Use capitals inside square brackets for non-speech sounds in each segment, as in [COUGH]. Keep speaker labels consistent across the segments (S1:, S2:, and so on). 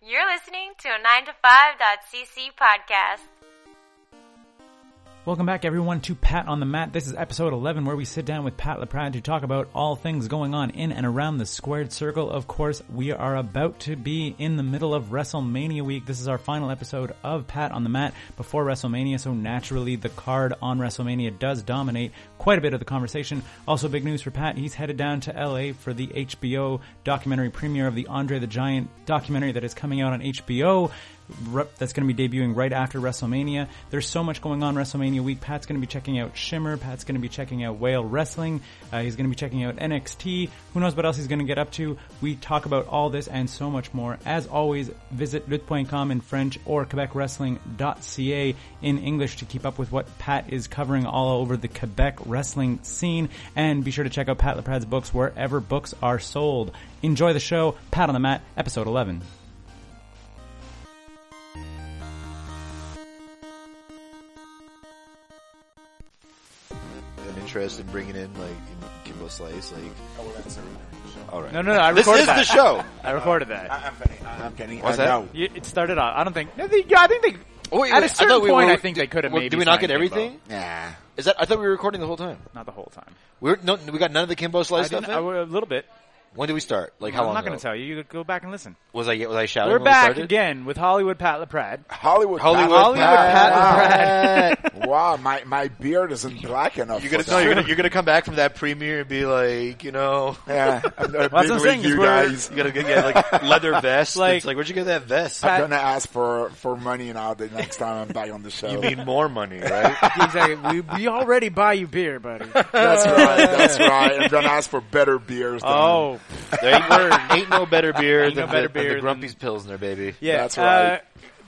S1: You're listening to a 9to5.cc podcast.
S2: Welcome back, everyone, to Pat on the Mat. This is episode 11, where we sit down with Pat LaPrade to talk about all things going on in and around the squared circle. Of course, we are about to be in the middle of WrestleMania week. This is our final episode of Pat on the Mat before WrestleMania, so naturally, the card on WrestleMania does dominate quite a bit of the conversation. Also, big news for Pat. He's headed down to LA for the HBO documentary premiere of the Andre the Giant documentary that is coming out on HBO re- that's going to be debuting right after WrestleMania. There's so much going on WrestleMania week. Pat's going to be checking out Shimmer. Pat's going to be checking out Whale Wrestling. Uh, he's going to be checking out NXT. Who knows what else he's going to get up to? We talk about all this and so much more. As always, visit lutte.com in French or quebecwrestling.ca in English to keep up with what Pat is covering all over the Quebec wrestling scene. And be sure to check out Pat LaPrade's books wherever books are sold. Enjoy the show. Pat on the Mat, episode 11.
S3: an interest in bringing in like in Kimbo Slice. Like, all right,
S4: No, no, no. I
S3: this
S4: recorded
S3: is
S4: that.
S3: the show.
S4: I recorded that.
S5: I'm kidding. I'm kidding.
S3: What's
S5: I
S3: that?
S5: know.
S4: You- It started off. Uh, I don't think. no, they- yeah, I think they.
S3: Oh, wait,
S4: at
S3: wait,
S4: a
S3: I
S4: certain
S3: thought we
S4: point,
S3: were-
S4: I think they could have.
S3: well,
S4: maybe
S3: Did we not get
S4: signed Kimbo.
S3: everything?
S5: Nah.
S3: Is that? I thought we were recording the whole time.
S4: Not the whole time.
S3: We were, no, we got none of the Kimbo
S4: I
S3: Slice stuff.
S4: didn't-
S3: In?
S4: I w- a little bit.
S3: when did we start? Like, how
S4: I'm
S3: long?
S4: not going to
S3: ago?
S4: tell you. You could go back and listen.
S3: Was I was I shouting?
S4: We're
S3: when we
S4: back
S3: started?
S4: again with Hollywood Pat LaPrade.
S5: Hollywood.
S3: Hollywood,
S4: Hollywood
S3: Pat.
S5: Pat. [LAUGHS] wow, my, my beard isn't black enough.
S3: You're gonna
S5: for
S3: no,
S5: that.
S3: you're gonna, you're gonna come back from that premiere and be like, you [LAUGHS] know,
S5: Yeah, I'm not
S4: what I'm
S5: being
S4: saying
S5: with
S4: is
S5: you
S4: we're-
S3: [LAUGHS]
S5: guys.
S3: you gotta get yeah, like [LAUGHS] leather vest.
S4: Like-
S3: it's like where'd you get that vest?
S5: I'm gonna ask for for money now. The next time I'm back on the show.
S3: You [LAUGHS] need more money,
S4: [LAUGHS]
S3: right?
S4: exactly. We,
S3: [LAUGHS]
S4: we already buy you beer, buddy.
S5: that's
S4: [LAUGHS]
S5: right. That's right. I'm gonna ask for better beers. Than
S4: oh,
S3: there ain't, no- ain't no better beer
S4: Ain't no
S3: than,
S4: better
S3: the, than
S4: beer
S3: the
S4: than-
S3: Grumpy's Pilsner, baby.
S4: yeah.
S5: That's right.
S4: Uh,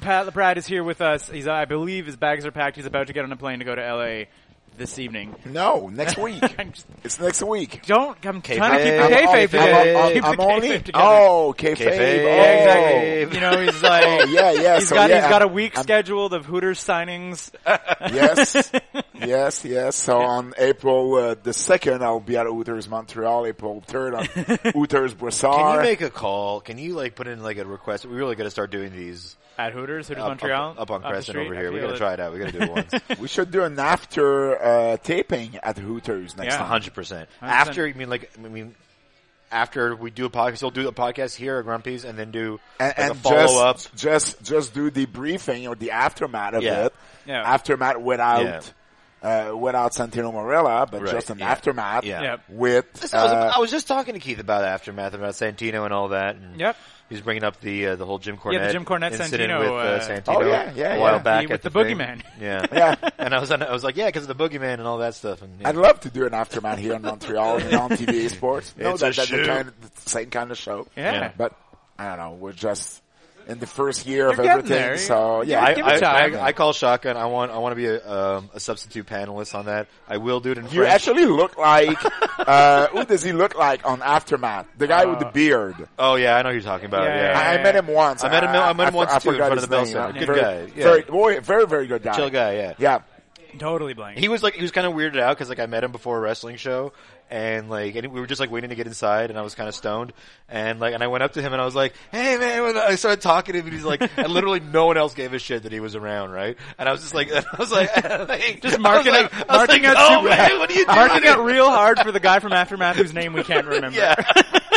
S4: Pat LaPrade is here with us. He's, uh, I believe, his bags are packed. He's about to get on a plane to go to L.A. this evening.
S5: No, next week.
S4: I'm just-
S5: it's next week.
S4: don't. I'm trying to keep
S3: I'm
S4: the kayfabe
S3: all-
S4: together.
S3: I'm all-
S4: Keep the
S5: I'm only-
S4: kayfabe together.
S5: Oh, kayfabe.
S3: Kayfabe.
S5: Oh.
S4: Yeah, exactly. You know, he's like,
S5: Oh,
S3: [LAUGHS]
S5: yeah, yeah.
S4: He's
S5: so
S4: got
S5: yeah,
S4: he's got a
S5: I'm-
S4: week
S5: I'm-
S4: scheduled of Hooters signings. [LAUGHS]
S5: yes, yes, yes. So on April uh, the second, I'll be at Hooters Montreal. April
S4: [LAUGHS]
S5: third, on Hooters Brossard.
S3: Can you make a call? Can you like put in like a request? We really got to start doing these
S4: At Hooters, Hooters
S3: up,
S4: Montreal,
S3: up, up on
S4: the
S3: Crescent
S4: street.
S3: over
S4: I
S3: here. We
S4: feel
S3: got to try it out. We got to do it
S4: [LAUGHS]
S3: once.
S5: we should do an after uh, taping at Hooters next
S4: Yeah.
S5: time.
S3: Hundred percent. After you mean like I mean after we do a podcast, we'll do a podcast here at Grumpy's and then do
S5: And,
S3: like,
S5: and
S3: a follow up.
S5: just, just just do the briefing or the aftermath of
S3: Yeah.
S5: it.
S4: Yeah.
S5: Aftermath without uh, without Santino Morella, but
S3: Right,
S5: just an
S3: yeah.
S5: aftermath
S3: Yeah.
S4: Yep.
S5: with
S3: I was,
S5: uh,
S3: I was just talking to Keith about aftermath about Santino and all that. And
S4: Yep.
S3: He's bringing up the uh, the whole Jim Cornette,
S4: Yeah, the Jim Cornette
S3: incident
S4: Santino,
S3: with
S4: uh,
S3: Santino
S5: Oh, yeah, yeah,
S3: a while
S5: yeah.
S3: back
S4: He- with
S3: at
S4: the
S3: thing.
S4: boogeyman.
S3: [LAUGHS] Yeah,
S5: Yeah.
S3: And I was on, I was like, yeah, because of the boogeyman and all that stuff. And, yeah.
S5: I'd love to do an aftermath here in Montreal and on
S4: [LAUGHS]
S5: TV Sports. No,
S3: It's
S5: that,
S3: a
S5: that's the,
S3: show.
S5: kind the same kind of show.
S4: Yeah. Yeah.
S5: But I don't know. We're just in the first year of
S4: You're getting
S5: everything.
S4: there.
S5: So yeah,
S3: I,
S4: give it
S3: I,
S4: time.
S3: I, I call shotgun. I want I want to be a, um, a substitute panelist on that. I will do it in
S5: you
S3: French.
S5: actually
S3: [LAUGHS]
S5: look like. uh, who does he look like on Aftermath? The guy with the beard.
S3: oh yeah, I know who you're talking about.
S4: Yeah,
S3: Yeah,
S4: yeah,
S5: I, I met him once.
S3: I met him- I met him
S5: for-
S3: once, too, in
S5: forgot
S3: front of
S5: his
S3: the Bell
S5: name.
S3: Center.
S5: Uh,
S3: Good
S5: very,
S3: guy. Yeah.
S5: Very, boy, very, very good guy.
S3: chill guy. Yeah,
S5: Yeah.
S4: Totally blank.
S3: He was like he was kind of weirded out because like I met him before a wrestling show and like and we were just like waiting to get inside and I was kind of stoned and like and I went up to him and I was like, hey man, and I started talking to him and he's like, and literally no one else gave a shit that he was around, right? And I was just like, [LAUGHS] I was like,
S4: Just marking
S3: I was like,
S4: out-
S3: I was
S4: marking out
S3: like, "No,
S4: super-
S3: man, what are you doing?
S4: marking out
S3: [LAUGHS]
S4: real hard for the guy from Aftermath whose name we can't remember.
S3: yeah,
S4: [LAUGHS]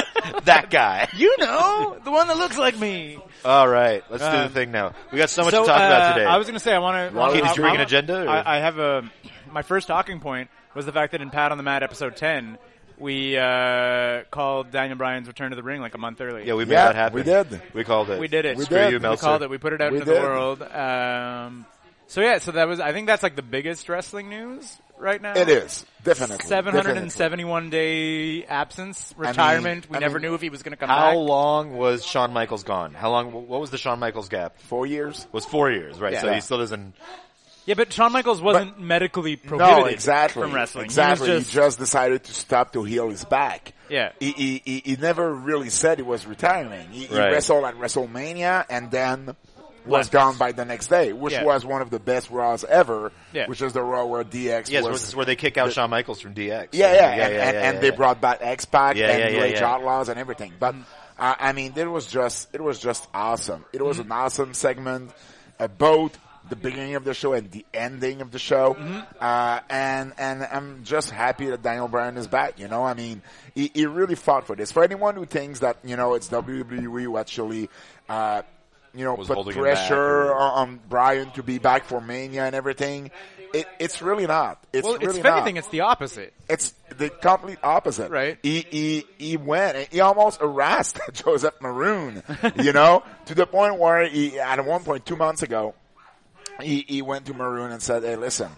S3: that guy.
S4: You know, the one that looks like me.
S3: All right, let's do
S4: Um,
S3: the thing now. We got so much
S4: so,
S3: to talk
S4: uh,
S3: about today.
S4: I was going to say, I want to.
S3: Keith, did you bring an agenda, or-
S4: I, I have a. My first talking point was the fact that in Pat on the Mat episode ten, we uh, called Daniel Bryan's return to the ring like a month early.
S3: yeah, we made
S5: Yeah,
S3: that happen.
S5: we did.
S3: We called it.
S4: We did it.
S3: Screw
S5: did.
S3: you,
S5: We
S4: we
S3: Meltzer.
S4: called it. We put it out
S5: We
S4: into the
S5: did.
S4: world. Um, so yeah, so that was. I think that's like the biggest wrestling news right now.
S5: It is definitely
S4: Seven hundred and
S5: definitely.
S4: seventy-one day absence, retirement. we
S5: I
S4: never
S5: mean,
S4: knew if he was going to come
S3: How
S4: back.
S3: long was Shawn Michaels gone? How long? What was the Shawn Michaels gap?
S5: Four years.
S3: was four years, right?
S5: Yeah.
S3: So he still doesn't.
S4: Yeah, but Shawn Michaels wasn't medically prohibited
S5: No, exactly.
S4: from wrestling. He was
S5: Exactly. He just,
S4: just-
S5: decided to stop to heal his back.
S4: Yeah.
S5: He, he, he, he never really said he was retiring. He, he
S3: Right.
S5: wrestled at WrestleMania and then was
S4: Left.
S5: gone by the next day, which
S4: Yeah.
S5: was one of the best Raws ever,
S4: Yeah.
S5: which is the Raw where DX
S3: Yes,
S5: was.
S3: this is where they kick out Shawn Michaels from DX.
S5: yeah, yeah, and, and,
S3: yeah,
S5: and they
S3: yeah.
S5: brought back X Pac
S3: Yeah,
S5: and
S3: yeah, Mm. yeah,
S5: Rage
S3: yeah.
S5: Outlaws and everything. But I, I mean, it was just it was just awesome. It
S3: Mm.
S5: was an awesome segment, uh, both the beginning of the show and the ending of the show.
S3: Mm-hmm.
S5: Uh, and and I'm just happy that Daniel Bryan is back. You know, I mean, he, he really fought for this. For anyone who thinks that you know it's WWE who actually. Uh, you know,
S3: Was
S5: put
S3: holding him back
S5: pressure
S3: or-
S5: on on Bryan to be back for Mania and everything. It, it's really not. It's
S4: Well,
S5: really
S4: it's, if
S5: not
S4: anything, it's the opposite.
S5: it's the complete opposite.
S4: Right.
S5: He he he went. He almost harassed [LAUGHS] Joseph Maroon. You know, to the point where he at one point two months ago, he he went to Maroon and said, "Hey, listen,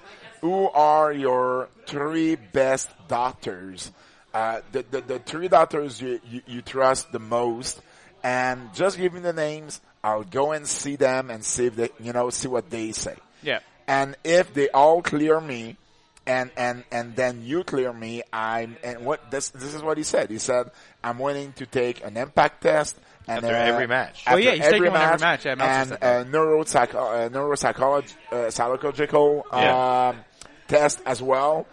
S5: who are your three best doctors? Uh, the, the the three doctors you, you you trust the most, and just give me the names. I'll go and see them and see if they you know see what they say."
S4: Yeah.
S5: and if they all clear me and and and then you clear me i'm and what this this is what he said he said i'm willing to take an impact test and
S3: After
S5: uh,
S3: every match.
S5: after
S4: Well, yeah, he's
S5: every
S4: taking one
S5: match,
S4: every match, yeah, Meltzer
S5: and
S4: said
S5: uh, neuropsycho- uh, neuropsychology uh, psychological
S3: Yeah.
S5: um, test as well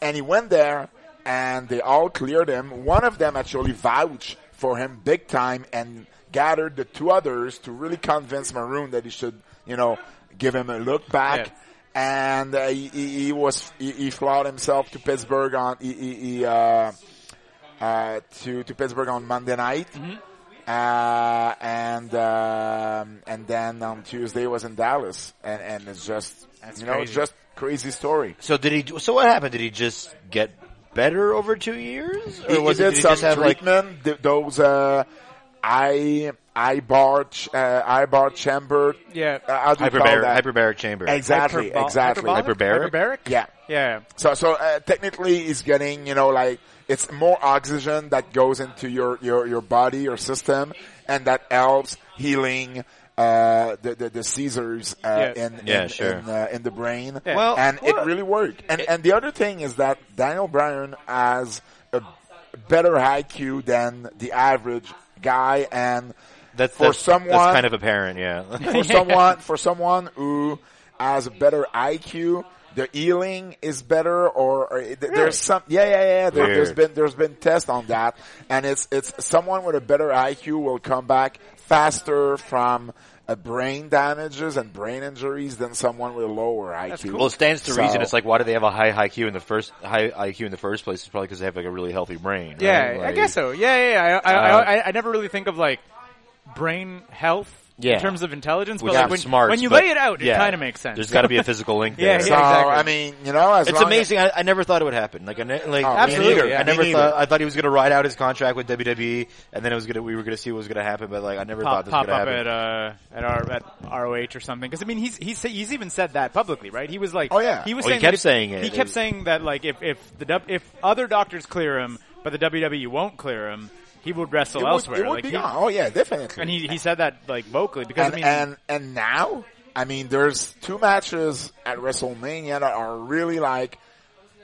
S5: and he went there and they all cleared him one of them actually vouched for him big time and gathered the two others to really convince maroon that he should you know give him a look back
S4: Yeah.
S5: and uh, he, he, he was he, he flawed himself to Pittsburgh on he, he, he, uh, uh, to to Pittsburgh on Monday night,
S4: Mm-hmm.
S5: uh, and um, and then on Tuesday was in Dallas, and and it's just you know it's
S4: crazy.
S5: just crazy story.
S3: So did he? So what happened? Did he just get better over two years, or
S5: He, he
S3: was it,
S5: did
S3: did he
S5: some
S3: just have like?
S5: treatment. th- those uh, I I bar ch- uh, I bar chamber.
S4: Yeah.
S5: uh, how do you call
S3: Hyperbaric,
S5: that?
S3: hyperbaric chamber.
S5: Exactly,
S4: Hyperbol-
S5: exactly.
S4: Hyperbolic?
S3: Hyperbaric?
S4: Hyperbaric?
S5: Yeah.
S4: Yeah.
S5: So, so uh, technically, it's getting you know like it's more oxygen that goes into your your your body, your system, and that helps healing uh the the, the seizures uh,
S4: Yeah.
S5: in in,
S3: Yeah, sure.
S5: in, uh, in the brain.
S4: Yeah.
S3: Well,
S5: and it
S3: well-
S5: really worked. And and the other thing is that Daniel Bryan has a better IQ than the average guy, and
S3: That's
S5: for
S3: that's,
S5: someone-
S3: that's kind of apparent. Yeah. [LAUGHS]
S5: for someone for someone who has a better IQ, the healing is better, or, or it- there's some yeah yeah yeah. There, there's
S3: Weird.
S5: been there's been tests on that, and it's it's someone with a better IQ will come back faster from uh, brain damages and brain injuries than someone with a lower IQ.
S3: well, it stands to
S5: So-
S3: reason. It's like why do they have a high IQ in the first high IQ in the first place? It's probably because they have like a really healthy brain. right?
S4: Yeah, I
S3: Like-
S4: guess so. Yeah, yeah, yeah. I, I,
S3: Uh,
S4: I, I, I never really think of like brain health
S3: Yeah.
S4: in terms of intelligence, but
S3: Which
S4: like
S3: is
S4: when,
S3: smart.
S4: when you
S3: but-
S4: lay it out,
S3: yeah.
S4: it kind of makes sense.
S3: There's got to be a physical link
S4: [LAUGHS]
S3: there.
S4: Yeah,
S5: So
S4: yeah. exactly.
S5: I mean, you know, as
S3: It's
S5: long
S3: amazing. I, I never thought it would happen. Like, I ne- like
S5: Oh, me
S4: Absolutely,
S3: neither.
S4: yeah. Me
S3: I never
S5: neither.
S3: thought. I thought he was going to ride out his contract with WWE, and then it was going to. We were going to see what was going to happen, but like, I never
S4: pop,
S3: thought this was
S4: pop
S3: going
S4: up
S3: to happen.
S4: at uh at, R, at ROH or something because I mean he's he's he's even said that publicly right he was like
S5: Oh, yeah.
S4: he was
S3: Oh, he
S4: saying
S3: kept
S4: that if-
S3: saying it.
S4: he kept saying that like if if the W- if other doctors clear him but the WWE won't clear him he would wrestle
S5: it would,
S4: elsewhere
S5: it would
S4: like
S5: be
S4: he,
S5: gone. Oh yeah, definitely.
S4: and he he said that like vocally because
S5: and,
S4: I mean
S5: and and now, I mean, there's two matches at WrestleMania that are really like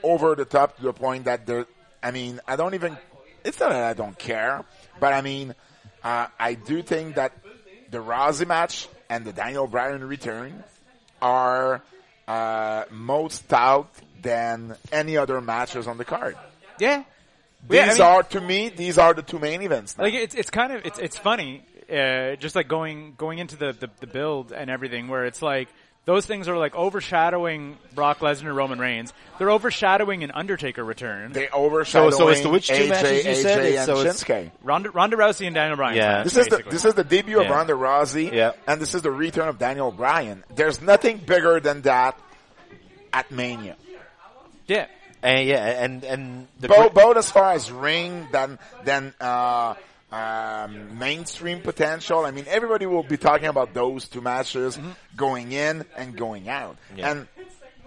S5: over the top to the point that they're. I mean, I don't even. It's not that I don't care, but I mean, uh, I do think that the Rousey match and the Daniel Bryan return are uh, most out than any other matches on the card.
S4: yeah
S5: These
S4: Yeah, I mean-
S5: are, to me, these are the two main events. now.
S4: like it's it's kind of it's it's funny uh, just like going going into the, the the build and everything where it's like those things are like overshadowing Brock Lesnar Roman Reigns they're overshadowing an Undertaker return
S5: they overshadowing
S3: so it's the which two
S5: AJ,
S3: matches you
S5: AJ,
S3: said?
S5: and
S3: It's- so it's-
S5: Shinsuke.
S4: Ronda, Ronda Rousey and Daniel Bryan
S3: Yeah.
S5: This is the
S4: basically.
S5: this is the debut of
S3: Yeah.
S5: Ronda Rousey,
S3: Yeah.
S5: and this is the return of Daniel Bryan. There's nothing bigger than that at Mania.
S4: yeah
S3: And yeah, and and the
S5: Both,
S3: gr-
S5: both as far as ring than than uh, um, mainstream potential. I mean, everybody will be talking about those two matches going in and going out,
S3: Mm-hmm. Yeah.
S5: and.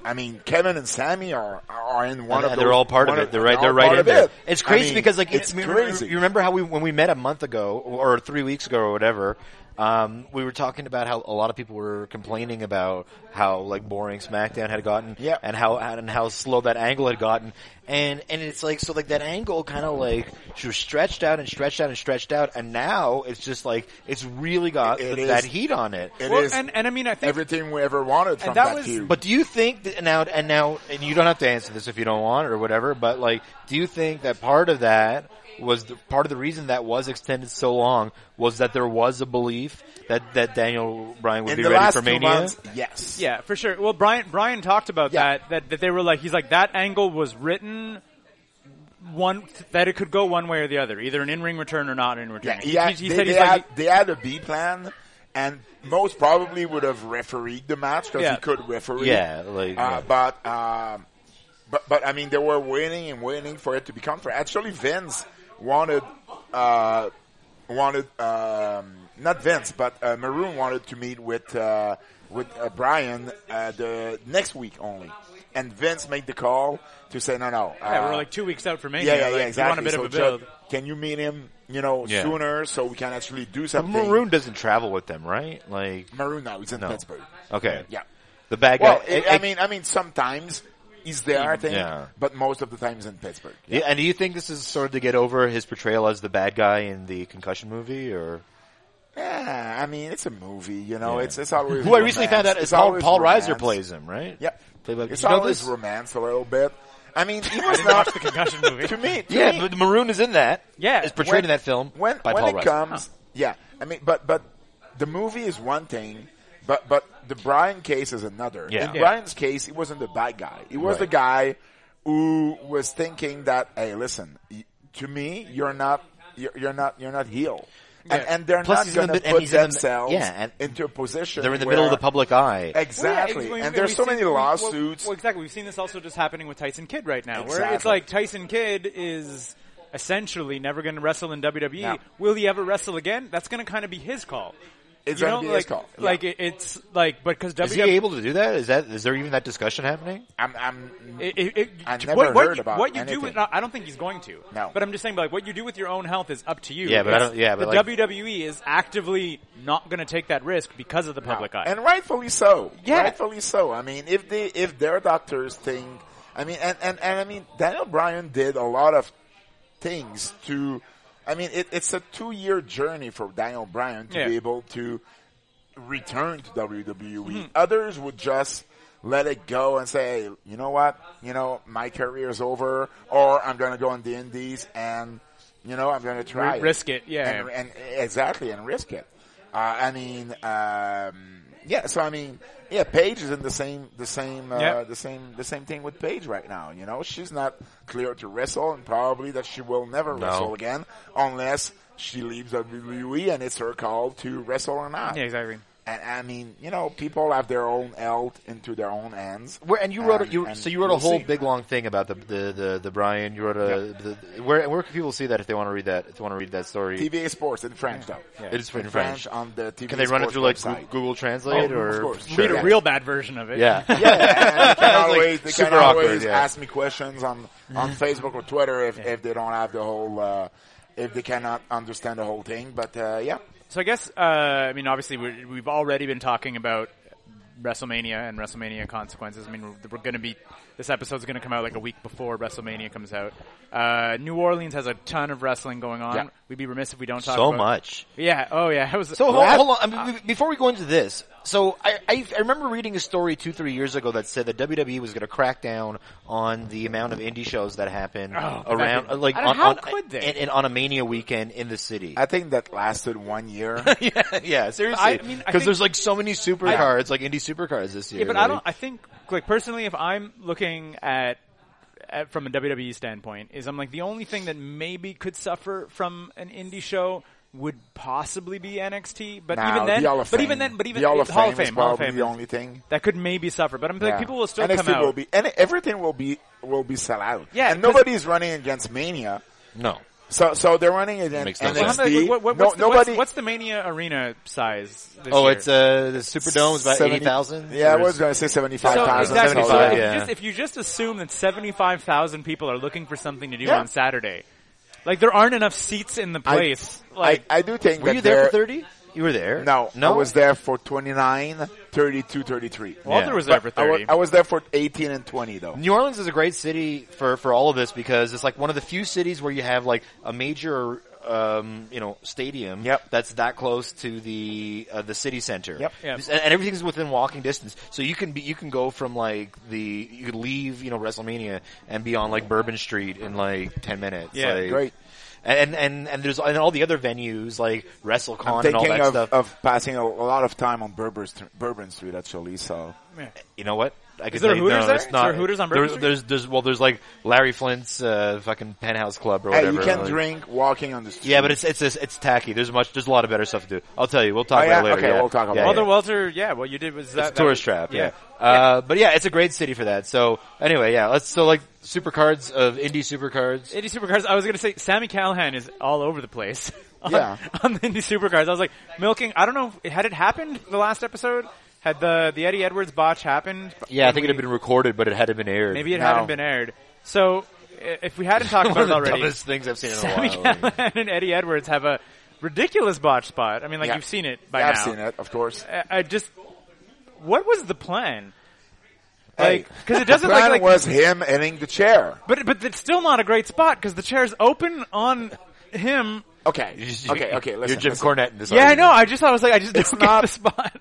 S5: I mean, Kevin and Sammy are are in one
S3: and,
S5: of
S3: and
S5: those-
S3: they're all part of
S5: one
S3: it. They're right.
S5: all
S3: They're right
S5: part
S3: in
S5: of
S3: there.
S5: it.
S3: It's
S5: I
S3: crazy
S5: mean,
S3: because like
S5: it's
S3: you, remember-
S5: crazy.
S3: You remember how we when we met a month ago or three weeks ago or whatever. Um, we were talking about how a lot of people were complaining about how like boring SmackDown had gotten,
S5: Yeah.
S3: and how and how slow that angle had gotten, and and it's like so like that angle kind of like she was stretched out and stretched out and stretched out, and now it's just like it's really got
S5: It
S3: th-
S5: is.
S3: that heat on it.
S5: It is
S4: Well, and, and I mean, I think
S5: everything we ever wanted from
S4: that
S5: that,
S4: was-
S5: feud.
S3: But do you think that now and now and you don't have to answer this if you don't want or whatever, but like do you think that part of that was the, part of the reason that was extended so long was that there was a belief that that Daniel Bryan would
S5: in
S3: be
S5: the
S3: ready
S5: last
S3: for
S5: two
S3: Mania?
S5: months, yes.
S4: Yeah, for sure. Well, Brian Brian talked about
S5: Yeah.
S4: that, that that they were like he's like that angle was written one that it could go one way or the other, either an in ring return or not an in return.
S5: Yeah,
S4: He-
S5: yeah,
S4: he, he
S5: they,
S4: said
S5: they
S4: he's
S5: had,
S4: like
S5: they had a B plan, and most probably would have refereed the match because
S4: Yeah.
S5: he could referee.
S3: Yeah, like
S5: uh, but um, but but I mean, they were waiting and waiting for it to become fair. Actually, Vince wanted uh, wanted um, not Vince, but uh, Maroon wanted to meet with uh, with uh, Brian uh, the next week only, and Vince made the call to say no, no.
S4: yeah, we're
S5: uh,
S4: like two weeks out from
S5: [LAUGHS] yeah,
S4: Mania.
S5: yeah,
S4: like,
S5: yeah, exactly.
S4: You want a bit
S5: So
S4: of a build.
S5: just- can you meet him, you know,
S3: Yeah.
S5: sooner so we can actually do
S3: But
S5: something?
S3: Maroon doesn't travel with them, right? Like
S5: Maroon, no, he's in
S3: No.
S5: Pittsburgh.
S3: okay.
S5: Yeah.
S3: The bad guy
S5: Well, I I mean, I mean, sometimes he's there, I think,
S3: Yeah.
S5: but most of the time he's in Pittsburgh.
S3: yeah, and do you think this is sort of to get over his portrayal as the bad guy in the concussion movie or
S5: Yeah, I mean, it's a movie, you know,
S3: Yeah.
S5: it's, it's always.
S3: who I recently
S5: romance.
S3: found out is
S5: It's
S3: Paul,
S5: always
S3: Paul Reiser
S5: romance.
S3: plays him, right?
S5: Yeah.
S3: Played by-
S5: It's
S3: you know
S5: always
S3: this?
S5: romance a little bit. I
S3: [LAUGHS]
S5: mean, he was not. the
S4: concussion movie.
S5: to me, to
S3: Yeah,
S5: me,
S3: but Maroon is in that.
S4: Yeah.
S3: is portrayed
S5: When-
S3: in that film
S5: when
S3: by
S5: when
S3: Paul
S5: it
S3: Rudd.
S5: comes yeah i mean but but the movie is one thing but but the brian case is another
S3: Yeah.
S5: in
S3: Yeah.
S5: brian's case he wasn't the bad guy he was
S3: Right.
S5: the guy who was thinking that hey listen y- to me you're not you're, you're not you're not heel and,
S4: Yeah.
S5: and they're
S3: Plus
S5: not
S3: he's in
S5: going
S3: the
S5: to
S3: mid- and
S5: put
S3: he's in the-
S5: themselves
S3: yeah, and
S5: into a position
S3: They're in the
S5: where-
S3: middle of the public eye.
S5: exactly
S4: Well, yeah,
S5: and there's
S4: we've
S5: so
S4: seen-
S5: many
S4: we- well-
S5: lawsuits
S4: Well, exactly. We've seen this also just happening with Tyson Kidd right now, where it's
S5: Exactly.
S4: like Tyson Kidd is essentially never going to wrestle in WWE.
S5: No.
S4: Will he ever wrestle again? That's going to kind of be his call.
S5: It's
S4: You
S5: gonna
S4: know,
S5: be his
S4: like,
S5: call. Yeah.
S4: Like it, it's like, but because WWE,
S3: Is he able to do that? Is that is there even that discussion happening?
S5: i'm i'm
S4: It, it, it,
S5: I
S4: t-
S5: never
S4: what, what
S5: heard
S4: you,
S5: about
S4: what you do
S5: anything.
S4: with, I don't think he's going to.
S5: No.
S4: But I'm just saying, like, what you do with your own health is up to you.
S3: Yeah, but I
S4: It's-
S3: don't- yeah, but
S4: the
S3: like-
S4: WWE is actively not going to take that risk because of the public eye.
S5: And rightfully so.
S4: Yeah.
S5: Rightfully so. I mean, if they, if their doctors think, I mean, and, and, and I mean, Daniel Bryan did a lot of things to, I mean, it, it's a two year journey for Daniel Bryan to
S4: Yeah.
S5: be able to return to WWE.
S4: Mm-hmm.
S5: Others would just let it go and say, hey, you know what? You know, my career is over or I'm going to go on the indies and, you know, I'm going to try
S4: Ri-
S5: it.
S4: risk it, yeah.
S5: And- and exactly and risk it. Uh, I mean, um, yeah. So I mean, yeah. Paige is in the same, the same, uh,
S4: Yeah.
S5: the same, the same thing with Paige right now. You know, she's not clear to wrestle, and probably that she will never wrestle again unless she leaves WWE and it's her call to wrestle or not.
S4: yeah, exactly.
S5: And I mean, you know, people have their own health into their own hands.
S3: Where and you wrote a
S5: Um,
S3: you
S5: and
S3: so you wrote a
S5: we'll
S3: whole
S5: see.
S3: big long thing about the the the, the Brian. You wrote a the, where where can people see that if they want to read that if they want to read that story?
S5: TVA Sports in French though.
S3: It is in
S5: In
S3: French.
S5: French on the TVA
S3: Can they run it
S5: Sports
S3: through like
S5: website.
S3: Goo- Google Translate
S5: Oh,
S3: or
S5: of course.
S3: Sure.
S4: Read
S5: Yeah.
S4: a real bad version of it.
S5: [LAUGHS]
S3: Yeah. yeah.
S5: yeah, and they can
S3: It's like
S5: always, they can
S3: super awkward,
S5: always
S3: yeah.
S5: ask me questions on,
S4: Mm.
S5: on Facebook or Twitter if, if they don't have the whole, uh, if they cannot understand the whole thing. But, uh, yeah.
S4: So I guess, uh, I mean, obviously, we we've already been talking about WrestleMania and WrestleMania consequences. I mean, we're, we're going to be, this episode's going to come out like a week before WrestleMania comes out. Uh, New Orleans has a ton of wrestling going on.
S5: Yeah.
S4: We'd be remiss if we don't talk
S3: So
S4: about-
S3: much.
S4: Yeah. Oh, yeah. [LAUGHS] It was,
S3: So hold,
S5: Well,
S3: hold on. I mean, be- before we go into this, so I, I I remember reading a story two three years ago that said that WWE was going to crack down on the amount of indie shows that happen
S4: Oh,
S3: around
S4: that-
S3: like
S4: I don't-
S3: on,
S4: how
S3: on
S4: could they?
S3: And, and on a Mania weekend in the city.
S5: I think that lasted one
S4: [LAUGHS]
S5: year.
S3: [LAUGHS] yeah, yeah, seriously.
S4: I mean, I
S3: because
S4: think-
S3: there's like so many supercards, like indie supercards this year.
S4: Yeah, but I
S3: like-
S4: don't. I think, like personally, if I'm looking at, at from a WWE standpoint, is I'm like the only thing that maybe could suffer from an indie show would possibly be NXT. But
S5: Now,
S4: even then,
S5: the Hall of Fame,
S4: but even then, but even
S5: the Hall of
S4: Hall
S5: Fame,
S4: of Fame,
S5: is
S4: Hall of
S5: probably
S4: Fame
S5: the only thing.
S4: that could maybe suffer. But I'm like,
S5: Yeah.
S4: people will still
S5: NXT
S4: come out.
S5: will be, and everything will be, will be sell out.
S4: Yeah,
S5: And
S4: 'cause-
S5: nobody's running against Mania.
S3: no.
S5: So, so they're running
S3: Makes
S5: against
S3: no
S4: Well, how
S5: NXT.
S3: sense.
S4: many- what- what-
S5: No-
S4: what's, the, what's-
S5: nobody,
S4: what's, the Mania arena size? This
S3: Oh,
S4: year?
S3: it's uh the Superdome is about
S5: 70
S3: eighty thousand.
S5: Yeah, I was going to say 75,000.
S4: So, exactly. So if,
S3: 75,
S4: you
S3: yeah.
S4: just, if you just assume that 75,000 people are looking for something to do
S5: Yeah.
S4: on Saturday, like there aren't enough seats in the place.
S5: I,
S4: like,
S5: I, I do think
S3: Were
S5: that
S3: you there
S5: they're-
S3: for thirty? You were there?
S5: No,
S3: no.
S5: I was there for 29, 32, 33.
S4: Walter
S3: Yeah.
S4: was there
S5: But
S4: for
S5: I wa-
S4: thirty.
S5: I was there for 18 and 20 though.
S3: New Orleans is a great city for, for all of this because it's like one of the few cities where you have like a major, um, you know, stadium
S5: Yep.
S3: that's that close to the uh, the city center.
S5: Yep.
S4: Yep.
S3: And, and everything's within walking distance, so you can be you can go from like the you could leave you know WrestleMania and be on like Bourbon Street in like ten minutes.
S4: Yeah,
S3: like-
S5: great.
S3: And and and there's and all the other venues like WrestleCon and all
S5: Thinking
S3: that
S5: of,
S3: stuff.
S5: of passing a, a lot of time on Bourbon, St- Bourbon Street actually. So
S3: you know what? I could
S4: there
S3: say,
S4: Hooters
S3: no,
S4: there?
S3: it's
S4: Is
S3: not.
S4: there Hooters on Bourbon
S3: there's,
S4: Street?
S3: there's, there's, well, there's like Larry Flint's, uh, fucking penthouse club or
S5: hey,
S3: whatever.
S5: you can
S3: like-
S5: drink walking on the street.
S3: Yeah, but it's, it's, it's, it's tacky. There's much, there's a lot of better stuff to do. I'll tell you. We'll talk
S5: Oh,
S3: about
S5: yeah?
S3: it later.
S5: Okay,
S3: yeah.
S5: we'll talk about
S3: yeah,
S5: it.
S4: Walter
S3: yeah.
S4: Walter, yeah, what you did was that
S3: It's a tourist
S4: that-
S3: trap. Yeah. Uh, but yeah, it's a great city for that. So anyway, yeah, let's, so like supercards of indie supercards.
S4: Indie Supercars, I was gonna say Sammy Callahan is all over the place. [LAUGHS] on,
S5: Yeah.
S4: On the Indie Supercars. I was like, milking I don't know had it happened the last episode? Had the the Eddie Edwards botch happened?
S3: Yeah, I think it had been recorded, but it hadn't been aired. [LAUGHS]
S4: Maybe it
S5: No.
S4: hadn't been aired. So i- if we hadn't
S5: [LAUGHS]
S4: talked about
S3: one of
S4: it
S3: the
S4: already,
S3: dumbest things I've seen in a
S4: Sammy
S3: while.
S4: Callahan and Eddie Edwards have a ridiculous botch spot. I mean, like
S5: Yeah.
S4: you've seen it by
S5: Yeah, I've
S4: now.
S5: seen it, of course.
S4: I, I just, what was the plan?
S5: Hey,
S4: Like, because it doesn't
S5: the plan
S4: like, like
S5: was him hitting the chair.
S4: but but it's still not a great spot because the chair's open on him.
S5: Okay,
S3: [LAUGHS] You just-
S5: okay, okay. Listen,
S3: You're Jim
S5: listen.
S3: Cornette in this.
S4: Yeah, I
S3: argument.
S4: know. I just I was like, I just
S5: It's
S4: don't
S5: not-
S4: get the spot.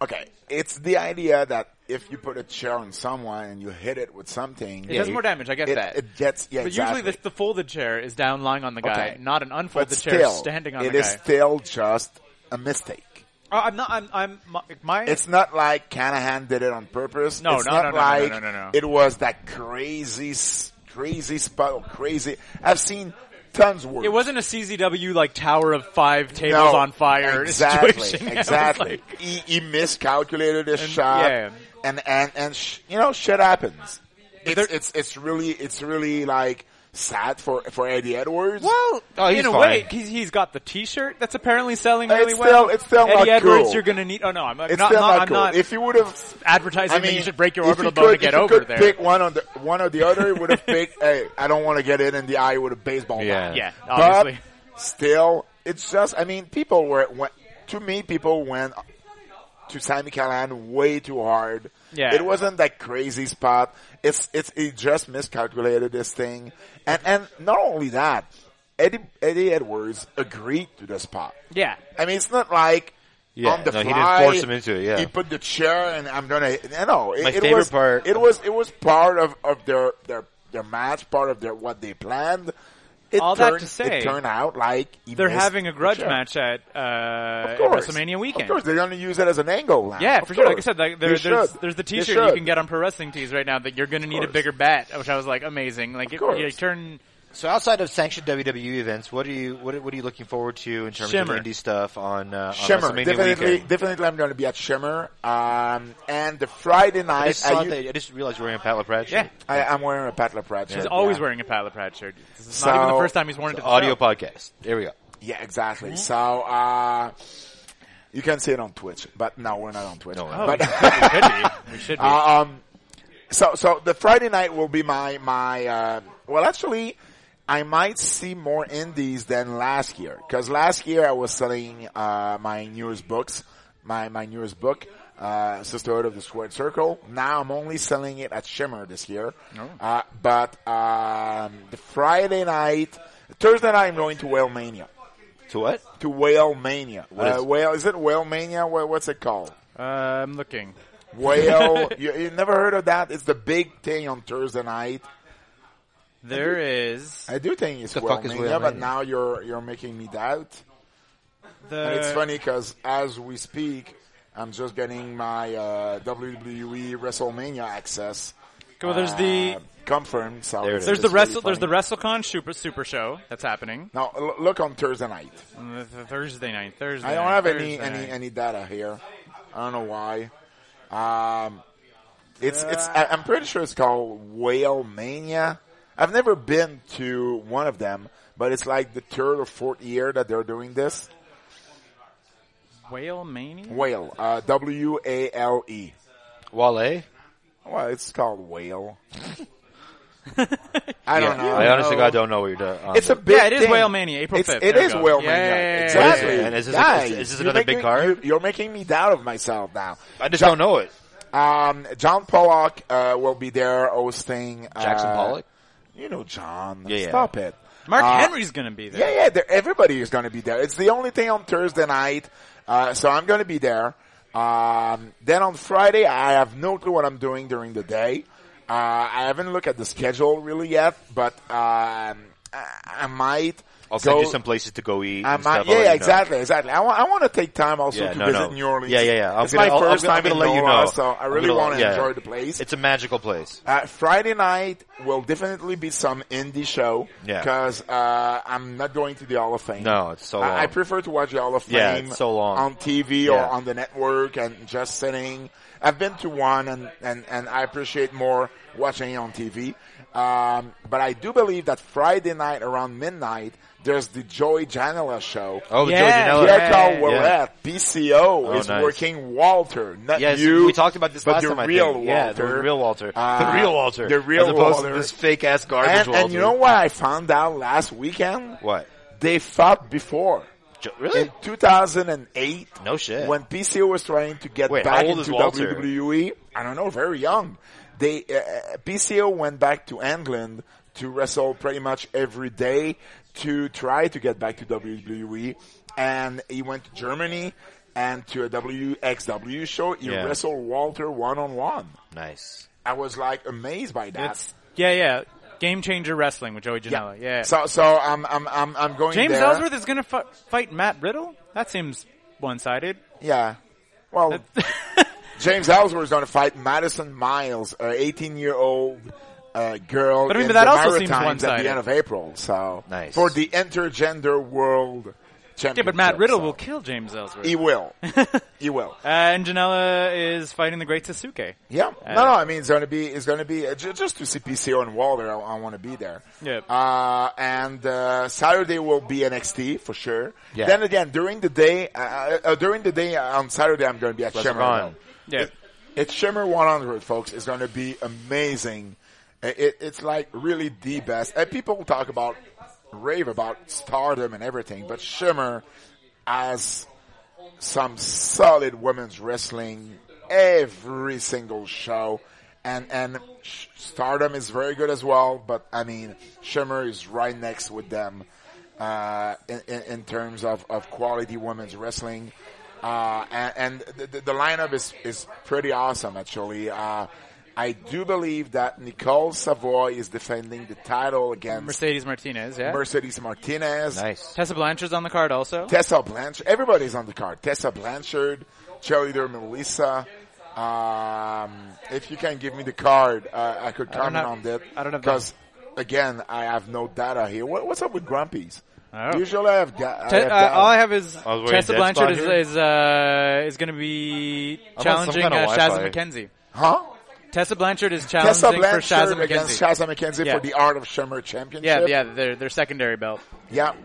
S5: Okay, it's the idea that if you put a chair on someone and you hit it with something,
S4: It does more damage. I get
S5: it,
S4: that.
S5: it gets yeah.
S4: but
S5: exactly.
S4: usually, the, the folded chair is down lying on the guy,
S5: Okay.
S4: not an
S5: but
S4: unfolded chair
S5: still,
S4: standing on
S5: it
S4: the
S5: is
S4: guy.
S5: still just a mistake.
S4: Oh, I'm not. I'm. I'm my. my
S5: It's not like Canahan did it on purpose.
S4: No,
S5: it's
S4: no,
S5: not
S4: no, no, no,
S5: like
S4: no, no, no.
S5: It was that crazy, s- crazy spot. or Crazy. I've seen tons worse.
S4: it wasn't a CZW like Tower of Five
S5: No,
S4: tables on fire
S5: Exactly.
S4: situation. [LAUGHS] I was
S5: Exactly.
S4: like-
S5: he, he miscalculated his
S4: And-
S5: shot.
S4: yeah.
S5: And and and sh- you know, shit happens. It's,
S4: there-
S5: it's it's really it's really like sad for for Eddie Edwards.
S4: Well,
S3: Oh, he's
S4: in a
S3: fine.
S4: way, he's, he's got the T-shirt that's apparently selling
S5: It's
S4: really
S5: still-
S4: well.
S5: it's still
S4: Eddie
S5: not
S4: Edwards,
S5: cool.
S4: you're gonna need. Oh no, I'm not.
S5: It's
S4: not,
S5: still
S4: not,
S5: not
S4: I'm
S5: cool.
S4: not
S5: if you would have
S4: advertising
S5: I mean,
S4: that you should break your
S5: if
S4: orbital
S5: you
S4: bone to
S5: could-
S4: get
S5: if you
S4: over
S5: could
S4: there.
S5: Pick one on the one or the other.
S4: [LAUGHS]
S5: Would have picked. Hey, I don't want to get it in the eye with a baseball
S3: Yeah.
S5: bat.
S4: yeah,
S5: But
S4: obviously.
S5: still, it's just. I mean, people were went, to me. People went to Sammy Callahan way too hard.
S4: Yeah.
S5: it wasn't that crazy spot. It's it's he just miscalculated this thing, and and not only that, Eddie Eddie Edwards agreed to the spot.
S4: yeah,
S5: I mean, it's not like
S3: Yeah,
S5: on the
S3: no,
S5: fly.
S3: he didn't force him into it, yeah.
S5: he put the chair, and I'm gonna. No, it,
S3: My
S5: it
S3: favorite
S5: was
S3: part-
S5: It was it was part of of their their their match, part of their what they planned. It
S4: All that
S5: turned,
S4: to say,
S5: it turned out like he
S4: they're
S5: missed
S4: having a
S5: the
S4: grudge
S5: chair.
S4: match at uh,
S5: Of course.
S4: WrestleMania
S5: Of
S4: weekend.
S5: course, they're gonna use it as an angle. Now.
S4: Yeah,
S5: Of
S4: for sure. Like I
S5: course.
S4: said, like, there,
S5: They
S4: there's
S5: should.
S4: there's the
S5: They
S4: T-shirt you
S5: should.
S4: can get on Pro Wrestling Tees right now that you're gonna need a
S5: course.
S4: bigger bat, which I was like amazing. Like
S5: Of
S4: it,
S5: course.
S4: you turn
S3: So outside of sanctioned WWE events, what are you what, are- what are you looking forward to in terms
S4: Shimmer.
S3: of indie stuff on, uh, on
S5: Shimmer,
S3: WrestleMania
S5: definitely,
S3: weekend?
S5: definitely, I'm going to be at Shimmer. Um, and the Friday
S3: I
S5: night,
S3: just, saw
S5: u-
S3: that, I just realized we're wearing a Pat LaPrat shirt.
S4: Yeah.
S5: I, I'm wearing a Pat LaPrat shirt.
S4: He's always
S5: yeah.
S4: wearing a Pat LaPrat shirt. This is not even the
S5: So-
S4: first time he's worn it. To the
S3: Audio
S4: show.
S3: podcast. There we go.
S5: Yeah, exactly. So, uh, you can see it on Twitch, but no, we're not on Twitch.
S3: No, we're
S4: Oh,
S3: not.
S5: but,
S4: [LAUGHS] we should be. We should be.
S5: uh, um, [LAUGHS] so, so the Friday night will be my, my, uh, well, actually, I might see more indies than last year. Cause last year I was selling, uh, my newest books, my, my newest book, uh, Sisterhood of the Squared Circle. Now I'm only selling it at Shimmer this year.
S3: Oh.
S5: Uh, but, um, the Friday night, Thursday night I'm going to Whale Mania
S3: To what?
S5: to Whale Mania.
S3: What
S5: uh,
S3: is-
S5: whale is it Whale Mania? Wha- What's it called?
S4: Uh, I'm looking.
S5: Whale.
S3: [LAUGHS]
S5: you, you never heard of that? It's the big thing on Thursday night.
S4: There is
S5: I do think it's
S3: The
S5: Whale
S3: fuck is
S5: Mania,
S3: Whale
S5: but
S3: Mania?
S5: now you're you're making me doubt.
S4: the.
S5: And it's funny because as we speak, I'm just getting my uh, WWE WrestleMania access.
S4: Well, there's the
S5: uh, confirmed. So
S3: There it
S5: it's-
S3: is.
S4: there's
S5: it's
S4: the
S5: really
S4: wrestle there's the
S5: funny.
S4: WrestleCon Super Super Show that's happening
S5: Now l- look on Thursday night.
S4: on the th- Thursday night. Thursday.
S5: I don't
S4: night,
S5: have
S4: Thursday
S5: any any
S4: night.
S5: any data here. I don't know why. Um,
S4: Uh,
S5: it's it's. I- I'm pretty sure it's called Whale Mania. I've never been to one of them, but it's like the third or fourth year that they're doing this.
S4: Whale Mania.
S5: Whale, uh, W A L E.
S3: Wale?
S5: Well, it's called Whale. I
S3: Yeah.
S5: don't know.
S3: I honestly, God, don't know what you're um, doing.
S5: It's a big.
S4: Yeah, it is
S5: thing.
S4: Whale Mania, April
S5: It's-
S4: 5th.
S5: It
S4: There
S5: is
S4: we go.
S5: Whale
S4: Yeah,
S5: Mania.
S4: yeah, yeah, yeah.
S5: Exactly.
S3: What is it? And is this a-
S5: Guys,
S3: is this
S5: you're
S3: another big
S5: making-
S3: card?
S5: You're, you're making me doubt of myself now.
S3: I just don't know it.
S5: Um, John Pollock uh, will be there hosting. Uh,
S3: Jackson Pollock?
S5: You know John.
S3: Yeah, yeah.
S5: Stop it.
S4: Mark
S5: Uh,
S4: Henry's gonna be there.
S5: Yeah, yeah. they're- Everybody is going to be there. It's the only thing on Thursday night, uh, so I'm going to be there. Um, then on Friday, I have no clue what I'm doing during the day. Uh, I haven't looked at the schedule really yet, but um, I, I might.
S3: I'll
S5: go,
S3: send you some places to go eat.
S5: I
S3: and
S5: might,
S3: stuff. I'll let
S5: yeah, yeah,
S3: you know.
S5: exactly, exactly. I want, I want to take time also
S3: Yeah,
S5: to
S3: no,
S5: visit
S3: no.
S5: New Orleans.
S3: Yeah, yeah, yeah. I'm
S5: it's
S3: gonna-
S5: my
S3: I'll- I'll-
S5: 1st
S3: I'm
S5: time
S3: gonna
S5: in
S3: let you
S5: NOLA,
S3: know.
S5: so I
S3: I'm
S5: really
S3: gonna-
S5: want to
S3: yeah.
S5: enjoy the place.
S3: It's a magical place.
S5: Uh, Friday night will definitely be some indie show
S3: Yeah.
S5: because uh, I'm not going to the Hall of Fame.
S3: No, it's so long.
S5: I, I prefer to watch the Hall of Fame
S3: Yeah, it's so long.
S5: on TV or
S3: Yeah.
S5: on the network and just sitting. I've been to one and, and, and I appreciate more watching it on TV. Um, but I do believe that Friday night around midnight, there's the Joey Janela show.
S3: Oh, the
S4: Yeah,
S3: Georgianella.
S4: yeah.
S5: Pierre-Carl
S3: Yeah.
S5: Ouellet, PCO,
S3: Oh,
S5: is
S3: nice.
S5: working Walter, not
S3: Yes,
S5: you.
S3: we talked about this
S5: but
S3: last
S5: the
S3: time. I
S5: real
S3: think.
S5: Walter.
S3: Yeah, the real Walter.
S5: Uh,
S3: the real Walter.
S5: the real
S3: As opposed
S5: Walter.
S3: to this fake ass garbage
S5: And,
S3: Walter.
S5: and you know what I found out last weekend?
S3: what?
S5: They fought before.
S3: Jo- really?
S5: In 2008,
S3: No shit.
S5: when PCO was trying to get
S3: Wait,
S5: back
S3: how old is
S5: into
S3: Walter?
S5: WWE, I don't know, very young. They uh, PCO went back to England to wrestle pretty much every day to try to get back to WWE, and he went to Germany and to a WXW show. He
S3: Yeah.
S5: wrestled Walter one on one.
S3: nice.
S5: I was like amazed by that.
S4: It's, yeah, yeah. Game changer wrestling with Joey Janela. Yeah.
S5: So so I'm I'm I'm I'm going
S4: James
S5: there.
S4: Ellsworth is gonna fu- fight Matt Riddle. That seems one-sided.
S5: Yeah.
S4: [LAUGHS]
S5: Well, James Ellsworth is going to fight Madison Miles, an 18 year old uh, girl.
S4: But I mean,
S5: in
S4: but that
S5: the
S4: also seems
S5: Maritimes at
S4: one-sided.
S5: the end of April. So
S3: Nice.
S5: for the intergender world championship.
S4: Yeah, but Matt Riddle
S5: so.
S4: will kill James Ellsworth. [LAUGHS]
S5: He will. he will.
S4: uh, and Janela is fighting the Great Sasuke.
S5: Yeah. no, no. I mean, it's going to be. It's going to be uh, ju- just to see PCO and Walter. I, I want to be there.
S4: Yep.
S5: Uh, and uh, Saturday will be NXT for sure.
S3: Yeah.
S5: Then again, during the day, uh, uh, uh, during the day uh, on Saturday, I'm going to be at Shimmer.
S3: WrestleCon.
S4: Yeah.
S5: It's Shimmer 100, folks. It's going to be amazing. It, it- it's like really the best. And people talk about, rave about stardom and everything, but Shimmer has some solid women's wrestling every single show. And, and Sh- stardom is very good as well, but I mean, Shimmer is right next with them, uh, in, in, in terms of, of quality women's wrestling. Uh, and, and the, the- the lineup is, is pretty awesome, actually. Uh, I do believe that Nicole Savoy is defending the title against
S4: Mercedes Martinez. Yeah.
S5: Mercedes Martinez.
S3: Nice.
S4: Tessa Blanchard's on the card also.
S5: Tessa Blanchard. Everybody's on the card. Tessa Blanchard, cheerleader Melissa. Um, if you can give me the card, uh, I could
S4: don't
S5: comment
S4: have-
S5: on that.
S4: I don't have
S5: because again, I have no data here. What, what's up with Grumpy's?
S4: Oh.
S5: Usually, I have, ga- I
S4: Te-
S5: have
S4: uh,
S5: data.
S4: all I have is
S3: was wearing
S4: Tessa
S3: dead
S4: Blanchard
S3: spot
S4: is
S3: here.
S4: is, uh, is going to be
S3: I'm on some
S4: challenging
S3: kinda
S4: uh, Shazza
S3: Wi-Fi.
S4: McKenzie.
S5: huh?
S4: Tessa Blanchard is challenging
S5: Tessa
S4: for Shazza
S5: Blanchard
S4: McKenzie.
S5: against Shazza McKenzie
S4: Yeah.
S5: for the Art of Shimmer Championship.
S4: yeah, yeah, their their secondary belt.
S5: Yeah. Um,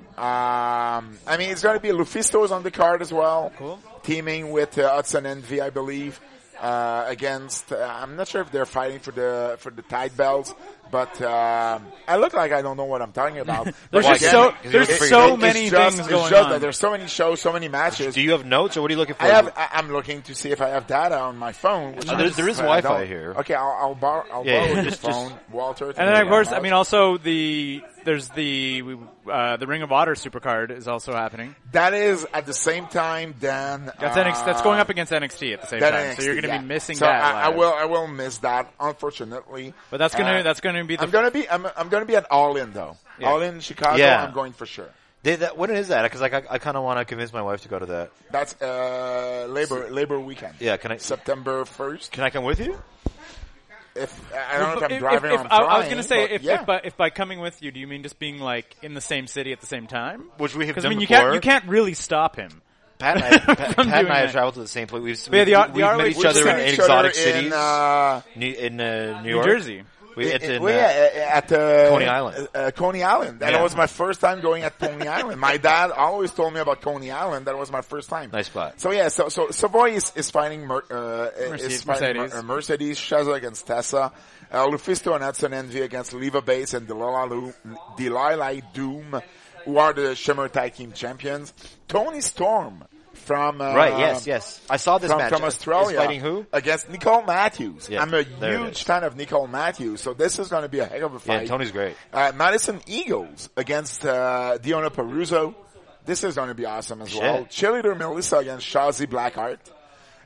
S5: I mean, it's going to be Lufisto's on the card as well.
S4: Cool.
S5: Teaming with uh, Hudson Envy, I believe, uh, against, uh, I'm not sure if they're fighting for the, for the tight belts, but, um, I look like I don't know what I'm
S4: [LAUGHS]
S5: talking about.
S4: There's
S5: But
S4: just so
S3: He's
S4: there's
S3: gonna figure it
S4: so
S3: out.
S4: many
S5: it's just-
S4: things
S5: it's
S4: going
S5: just that
S4: on.
S5: There's so many shows, so many matches.
S3: Do you have notes or what are you looking for?
S5: I have, I, I'm looking to see if I have data on my phone. which
S3: Uh,
S5: I
S3: there-
S5: just-
S3: there is
S5: I don't-
S3: Wi-Fi here.
S5: Okay, I'll, I'll borrow, I'll
S3: Yeah,
S5: borrow
S3: yeah,
S5: your
S3: just- just-
S5: phone, Walter.
S4: And then of course, I mean, also the there's the uh, the Ring of Honor supercard is also happening.
S5: that is at the same time than, uh,
S4: That's NXT, that's going up against NXT at the same
S5: That
S4: time, so
S5: NXT,
S4: you're going to
S5: yeah.
S4: be missing
S5: So
S4: that.
S5: I, I
S4: live.
S5: will. I will miss that, unfortunately.
S4: but that's gonna
S5: Uh,
S4: that's gonna be the
S5: I'm gonna be. I'm, I'm gonna be at All In though.
S4: Yeah.
S5: All In Chicago.
S3: Yeah.
S5: I'm going for sure.
S3: They, that, when is that? Because like, I, I kind of want to convince my wife to go to that.
S5: That's uh, Labor Labor Weekend.
S3: Yeah, can I-
S5: September first.
S3: Can I come with you?
S5: If I don't know if
S4: If-
S5: I'm driving,
S4: if-
S5: or I'm
S4: I, I was
S5: flying,
S4: gonna say
S5: but
S4: if,
S5: yeah.
S4: if, by, if by coming with you, do you mean just being like in the same city at the same time?
S3: Which we have
S4: Because I
S3: done
S4: mean, you
S3: before.
S4: can't you can't really stop him.
S3: Pat and
S4: [LAUGHS]
S3: I, Pat,
S4: From
S3: Pat and I
S4: doing
S3: have
S4: that.
S3: traveled to the same place. We've,
S4: Yeah, the R-
S3: we've
S4: the
S3: met
S4: ROH
S3: each other
S5: We've
S3: in
S5: seen each
S3: exotic
S5: other
S3: cities
S5: In, uh,
S3: New- in uh, New
S4: New
S3: York.
S4: Jersey.
S3: We, it's
S5: It-
S3: in,
S5: well,
S3: uh,
S5: yeah, at uh,
S3: Coney Island.
S5: Uh, uh, Coney Island. That
S3: Yeah.
S5: was my first time going at Coney Island. My dad always told me about Coney Island. That was my first time.
S3: Nice spot.
S5: So yeah, so so Savoy is is fighting Mer- uh,
S4: Mercedes-
S5: is fighting
S4: Mercedes.
S5: Mer- uh, Mercedes Shaza against Tessa. Uh, Lufisto and Hudson Envy against Leva Bates and Delilah, Lu- Delilah Doom, who are the Shimmer Tag Team champions. Tony Storm from uh,
S3: Right,
S4: Um,
S3: yes, yes. I saw this
S5: from,
S3: match.
S5: from
S3: Is- is
S5: Australia.
S3: fighting who?
S4: Uh,
S5: Against Nicole Matthews.
S3: Yeah,
S5: I'm a
S3: there it
S5: huge
S3: is.
S5: fan of Nicole Matthews, so this is going to be a heck of a
S3: Yeah,
S5: fight.
S3: Tony's great.
S5: Uh, Madison Eagles against uh, Diona Peruso. This is going to be awesome as
S3: Shit.
S5: well. Cheerleader Melissa against Shazi Blackheart.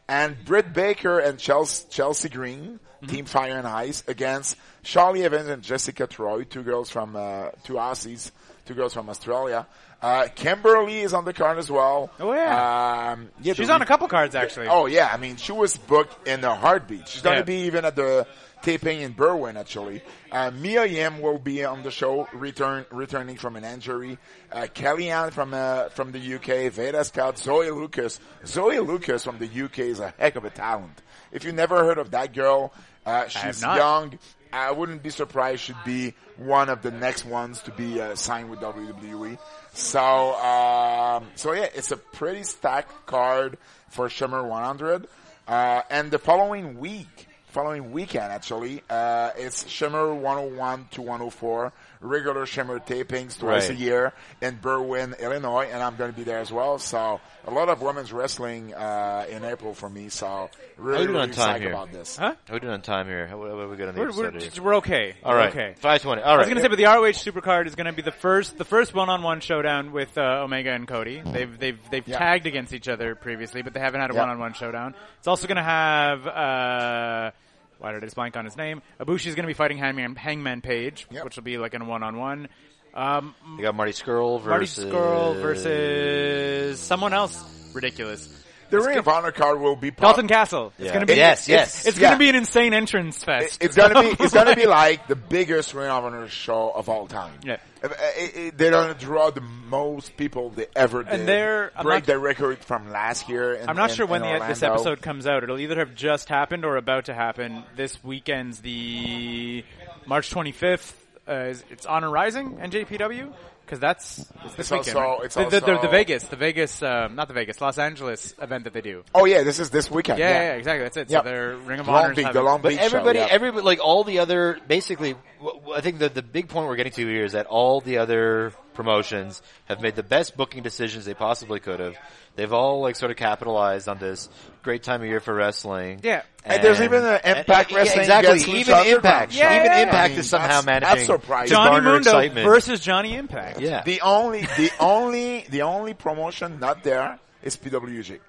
S5: And Britt Baker and Chelsea, Chelsea Green,
S3: Mm-hmm.
S5: Team Fire and Ice, against Charlie Evans and Jessica Troy, two girls from, uh, two Aussies, two girls from Australia. Uh, Kimberly is on the card as well.
S4: Oh, yeah.
S5: Um, yeah
S4: She's
S5: the
S4: on a
S5: re-
S4: couple cards actually.
S5: Oh yeah, I mean she was booked in a heartbeat. She's going to
S4: Yeah.
S5: be even at the taping in Berwyn actually. Uh, Mia Yim will be on the show, return returning from an injury. Uh, Kellyanne from uh, from the UK, Veda Scott, Zoe Lucas. Zoe Lucas from the UK is a heck of a talent. If you never heard of that girl, uh, she's
S4: not.
S5: young. I wouldn't be surprised she'd be one of the next ones to be uh, signed with WWE. So, um, so yeah, it's a pretty stacked card for Shimmer 100. Uh, and the following week, following weekend actually, uh, it's Shimmer 101 to 104, regular Shimmer tapings twice
S3: Right.
S5: a year in Berwyn, Illinois, and I'm going to be there as well. So a lot of women's wrestling, uh, in April for me. So really,
S3: you doing
S5: really
S3: on time
S5: excited
S3: here?
S5: about this.
S4: Huh?
S3: How we doing on time here? How, what what we got on the
S4: We're,
S3: episode
S4: we're,
S3: here?
S4: we're okay.
S3: All right.
S4: Okay.
S3: 520. All right.
S4: I was going to say, but the ROH Supercard is going to be the first, the first one-on-one showdown with uh, Omega and Cody.
S3: Hmm.
S4: They've they've they've
S5: Yeah.
S4: tagged against each other previously, but they haven't had a
S5: Yeah.
S4: one-on-one showdown. It's also going to have. Uh, why did I just blank on his name? Ibushi is going to be fighting Hangman, Hangman Page,
S5: Yep.
S4: which will be like in a one-on-one. Um,
S3: We got Marty Skrull
S4: Marty
S3: versus
S4: Skrull versus someone else. Ridiculous.
S5: The Ring of Honor card will be pop-
S4: Dalton Castle. It's
S3: Yeah.
S4: going to be it's-
S3: Yes, yes.
S4: It's going
S5: Yeah.
S4: to be an insane entrance fest.
S5: It's gonna be
S4: [LAUGHS]
S5: it's gonna be like the biggest Ring of Honor show of all time.
S4: Yeah.
S5: Uh, it- it- they're gonna draw the most people they ever did.
S4: they're- I'm
S5: break
S4: not-
S5: the record from last year. in-
S4: I'm not
S5: in-
S4: sure when
S5: in
S4: the, this
S5: Orlando.
S4: episode comes out. It'll either have just happened or about to happen. This weekend's the March 25th. Uh, is, it's Honor Rising and JPW because that's it's this
S5: It's
S4: weekend.
S5: also-
S4: right?
S5: it's
S4: the, the, the,
S5: also-
S4: the Vegas, the Vegas, um, not the Vegas, Los Angeles event that they do.
S5: Oh yeah, this is this weekend.
S4: Yeah, yeah,
S5: yeah.
S4: exactly. That's it.
S5: Yep.
S4: So they're Ring of
S5: Long
S4: Honor.
S5: Beach, the Long
S3: But
S5: Beach
S3: everybody,
S5: show. yeah.
S3: everybody, like all the other, basically, wh- wh- I think the the big point we're getting to here is that all the other promotions have made the best booking decisions they possibly could have. They've all like sort of capitalized on this great time of year for wrestling.
S4: Yeah.
S5: And there's even an Impact Wrestling
S3: exactly.
S5: gets Lucha
S3: even Impact,
S5: Underground show.
S3: even
S4: Yeah, yeah,
S3: Impact
S5: yeah.
S3: is somehow
S5: That's- that's
S3: managing
S5: surprising.
S3: to
S4: Johnny
S3: garner
S4: Mundo
S3: excitement.
S4: versus Johnny Impact.
S3: yeah,
S5: The only the only the only promotion not there is PWG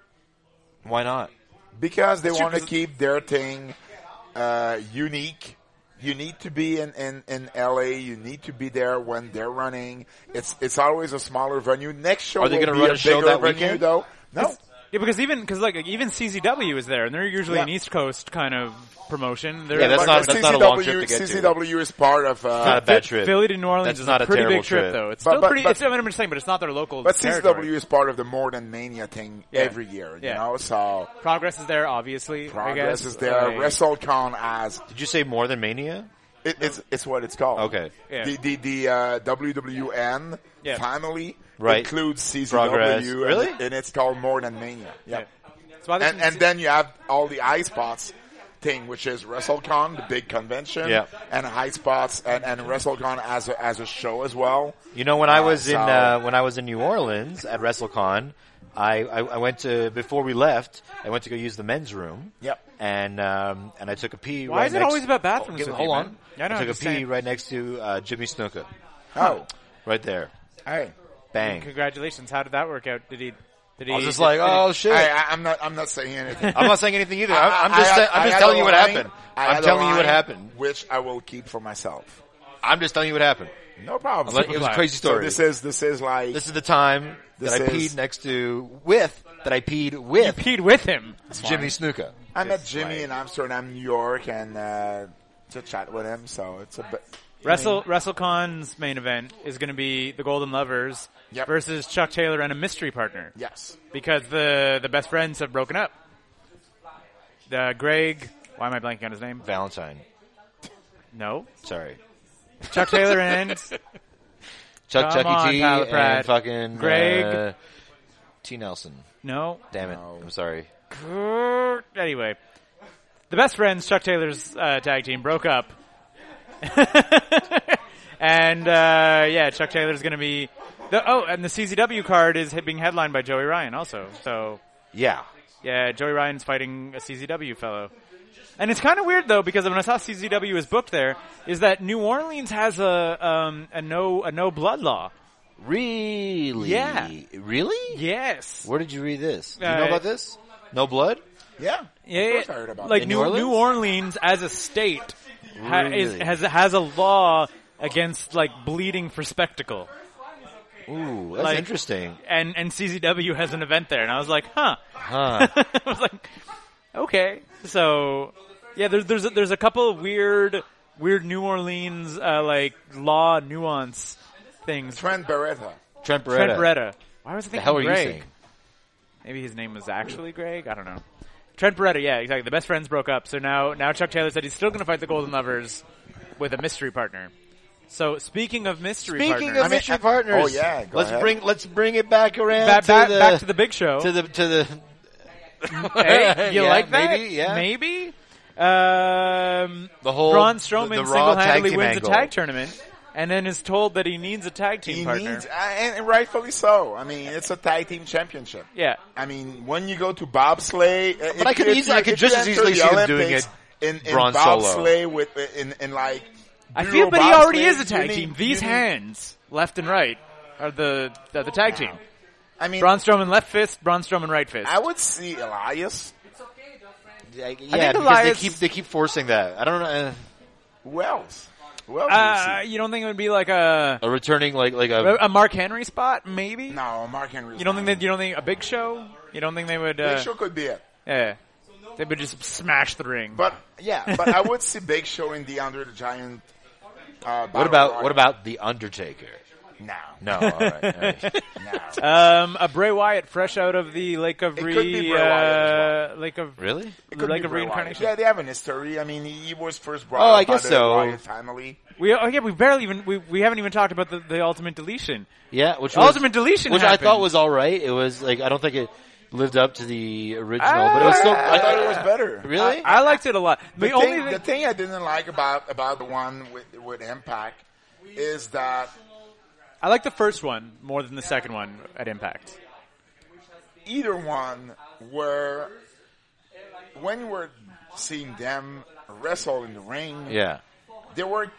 S3: why not?
S5: because they
S4: true,
S5: want to
S4: 'cause-
S5: keep their thing uh, unique. You need to be in, in, in LA. You need to be there when they're running. It's it's always a smaller venue. Next show
S3: Are they
S5: going to
S3: gonna run a show that
S5: venue,
S3: weekend?
S5: though? No,
S4: Yeah, because even because like even CZW is there, and they're usually
S5: Yeah.
S4: an East Coast kind of promotion. They're
S3: Yeah, that's
S5: But
S3: not- that's not a long trip to get to.
S5: CCW is part of. Uh,
S3: Not a bad
S4: Ph-
S3: trip.
S4: Philly to New Orleans
S3: That's
S4: is
S3: not
S4: a
S3: a
S4: pretty
S3: terrible
S4: big trip,
S3: trip.
S4: though. It's
S5: But-
S4: still
S5: but-
S4: pretty.
S5: but-
S4: it's, I'm just saying, but it's not their local.
S5: but
S4: territory.
S5: CCW is part of the more than mania thing
S4: Yeah.
S5: every year. You
S4: Yeah.
S5: know, so
S4: Progress is there, obviously. I
S5: progress
S4: guess.
S5: is there.
S4: Like,
S5: WrestleCon as
S3: Did you say more than Mania?
S5: it, it's it's what it's called.
S3: Okay.
S4: Yeah.
S5: The the the uh, WWN
S4: Yeah.
S5: family
S3: Right.
S5: includes CCW.
S3: Progress.
S5: and-
S3: Really?
S5: And, it's called more than mania. Yeah.
S4: yeah. That's why this
S5: And
S4: is-
S5: and then you have all the high spots thing, which is WrestleCon, the big convention,
S3: Yeah.
S5: and high spots, and, and WrestleCon as a, as a show as well.
S3: You know, when I
S5: Uh,
S3: was in
S5: so-
S3: uh, when I was in New Orleans at WrestleCon, I, I, I went to before we left, I went to go use the men's room.
S5: Yep.
S3: And um, and I took a pee.
S4: Why
S3: right
S4: is it
S3: next-
S4: always about bathrooms
S5: Oh,
S3: give-
S4: with
S3: hold
S4: you,
S3: on.
S4: man? Yeah, I know,
S3: I
S4: I'm
S3: took a
S4: just
S3: pee
S4: saying.
S3: right next to uh, Jimmy Snuka,
S5: Oh,
S3: right there.
S5: hey.
S3: Bang.
S4: congratulations. How did that work out? Did he? Did he?
S3: I was just like,
S4: did [LAUGHS] he-
S3: oh shit.
S5: Hey, I, I'm not. I'm not saying anything.
S3: I'm not saying anything either.
S5: I-
S3: [LAUGHS] I'm, I'm just
S5: I-
S3: sa- I'm
S5: I
S3: just
S5: had
S3: telling
S5: a
S3: you what
S5: line-
S3: happened.
S5: I had
S3: I'm
S5: a
S3: telling you what
S5: line
S3: happened.
S5: which I will keep for myself.
S3: I'm just telling you what happened.
S5: No problem.
S3: It was a crazy
S5: So
S3: story.
S5: this is this is like
S3: This is the time that
S5: This
S3: I
S5: is-
S3: peed next to with that I peed with
S4: Peed with him.
S3: Jimmy Snuka.
S5: I met
S4: Just
S5: Jimmy
S4: like-
S5: in Amsterdam, New York, and uh, to chat with him. So it's a bit.
S4: Wrestle WrestleCon's main event is going to be the Golden Lovers
S5: Yep.
S4: versus Chuck Taylor and a mystery partner.
S5: Yes.
S4: Because the the best friends have broken up. The Greg. Why am I blanking on his name?
S3: Valentine.
S4: No.
S3: Sorry.
S4: Chuck Taylor
S5: [LAUGHS]
S4: and
S3: Chuck
S4: Come
S3: Chuck E. T.
S4: on, Tyler
S3: and
S4: Pratt.
S3: fucking
S4: Greg.
S3: uh, T. Nelson.
S4: no.
S3: Damn it. I'm sorry.
S4: Uh, Anyway, the best friends Chuck Taylor's uh, tag team broke up, [LAUGHS] and uh, yeah, Chuck Taylor's going to be. The, oh, and the CZW card is being headlined by Joey Ryan also. So
S3: Yeah.
S4: yeah, Joey Ryan's fighting a CZW fellow. And it's kind of weird though because when I saw CZW was booked there, is that New Orleans has a um, a no a no blood law.
S3: Really?
S4: Yeah.
S3: Really?
S4: Yes.
S3: Where did you read this? Do you
S4: Uh,
S3: know about this? No blood?
S5: Yeah.
S4: Yeah,
S5: Of course
S4: yeah.
S5: I heard about
S4: like
S5: that.
S3: In
S4: New,
S3: New Orleans?
S4: New Orleans as a state ha- is,
S3: Really?
S4: has has a law against like bleeding for spectacle,
S3: Ooh, that's
S4: Like-
S3: interesting.
S4: and and CZW has an event there, and I was like, huh. [LAUGHS]
S3: Huh.
S4: I was like, okay. So yeah, there's there's a, there's a couple of weird weird New Orleans uh, like law nuance things.
S5: Trent Beretta.
S3: Trent Beretta.
S4: Trent Beretta. Why was I
S3: The
S4: thinking
S3: hell are you
S4: Greg?
S3: saying?
S4: Maybe his name was actually Greg. I don't know. Trent Beretta, yeah, exactly. The best friends broke up, so now now Chuck Taylor said he's still going to fight the Golden Lovers with a mystery partner. So speaking of mystery
S3: Speaking
S4: partners,
S3: of mystery
S5: I-
S3: partners,
S5: Oh, yeah, go
S3: let's
S5: ahead.
S3: bring let's bring it back around
S4: back,
S3: to,
S4: back,
S3: the,
S4: back to the big show. [LAUGHS]
S3: to the to the
S4: Hey, you
S3: Yeah,
S4: like that?
S3: Maybe, yeah.
S4: Maybe. Um,
S3: The whole-
S4: Braun
S3: the-
S4: Strowman
S3: the Raw tag
S4: single-handedly
S3: team
S4: wins
S3: angle.
S4: a tag tournament, and then is told that he needs a tag team
S5: He
S4: partner.
S5: needs, uh, and and rightfully so. I mean, it's a tag team championship.
S4: yeah,
S5: I mean, when you go to bobsleigh, uh, if
S3: I could
S5: you- if
S3: easily- I
S5: you-
S3: could
S5: if you
S3: just as
S5: enter
S3: easily
S5: the
S3: see him doing
S5: Olympics in, in
S3: Braun Solo.
S5: bobsleigh with uh, in in like.
S4: I
S5: dual
S4: feel, but he already
S5: bobsleigh,
S4: is a tag
S5: you need-
S4: team. These
S5: you need-
S4: hands, left and right, are the are the tag team.
S5: I mean,
S4: Braun Strowman left fist, Braun Strowman right fist.
S5: I would see Elias.
S3: yeah,
S4: think
S3: because
S4: Elias-
S3: they keep they keep forcing that. I don't know uh,
S5: Who else? Who else do
S4: Uh,
S5: you see?
S4: you don't think it would be like a
S3: a returning like like a
S4: a Mark Henry spot? Maybe.
S5: No, Mark Henry.
S4: You don't think that you don't think a big show? You don't think they would? Uh,
S5: Big Show could be it,
S4: Yeah, they would just smash the ring.
S5: but yeah, but I would see Big Show in the Under the Giant. Uh,
S3: What about what about the Undertaker? [LAUGHS]
S5: now?
S3: No, all right, all [LAUGHS] right.
S5: No.
S4: Um, a Bray Wyatt fresh out of the Lake of
S5: It
S4: Re,
S5: could be Bray Wyatt as
S4: uh, Lake of
S3: really?
S5: Could
S4: Lake
S5: be
S4: of
S5: Bray Wyatt.
S4: Reincarnation.
S5: Yeah, they have an history. I mean, he was first brought
S3: Oh,
S5: up
S3: I guess
S5: by the
S3: so.
S5: Wyatt family.
S4: We oh yeah, we barely even we, we haven't even talked about the, the ultimate deletion.
S3: Yeah, which was,
S4: Ultimate deletion,
S3: which
S4: happened.
S3: I thought was all right. It was like I don't think it lived up to the original, but it was still.
S5: I thought
S3: [LAUGHS]
S5: it was better.
S3: really.
S4: I liked it a lot. The,
S5: The, thing,
S4: only
S5: the
S4: thing,
S5: thing I didn't like about about the one with with Impact is that
S4: I like the first one more than the second one at Impact.
S5: either one were when you were seeing them wrestle in the ring,
S3: yeah,
S5: they were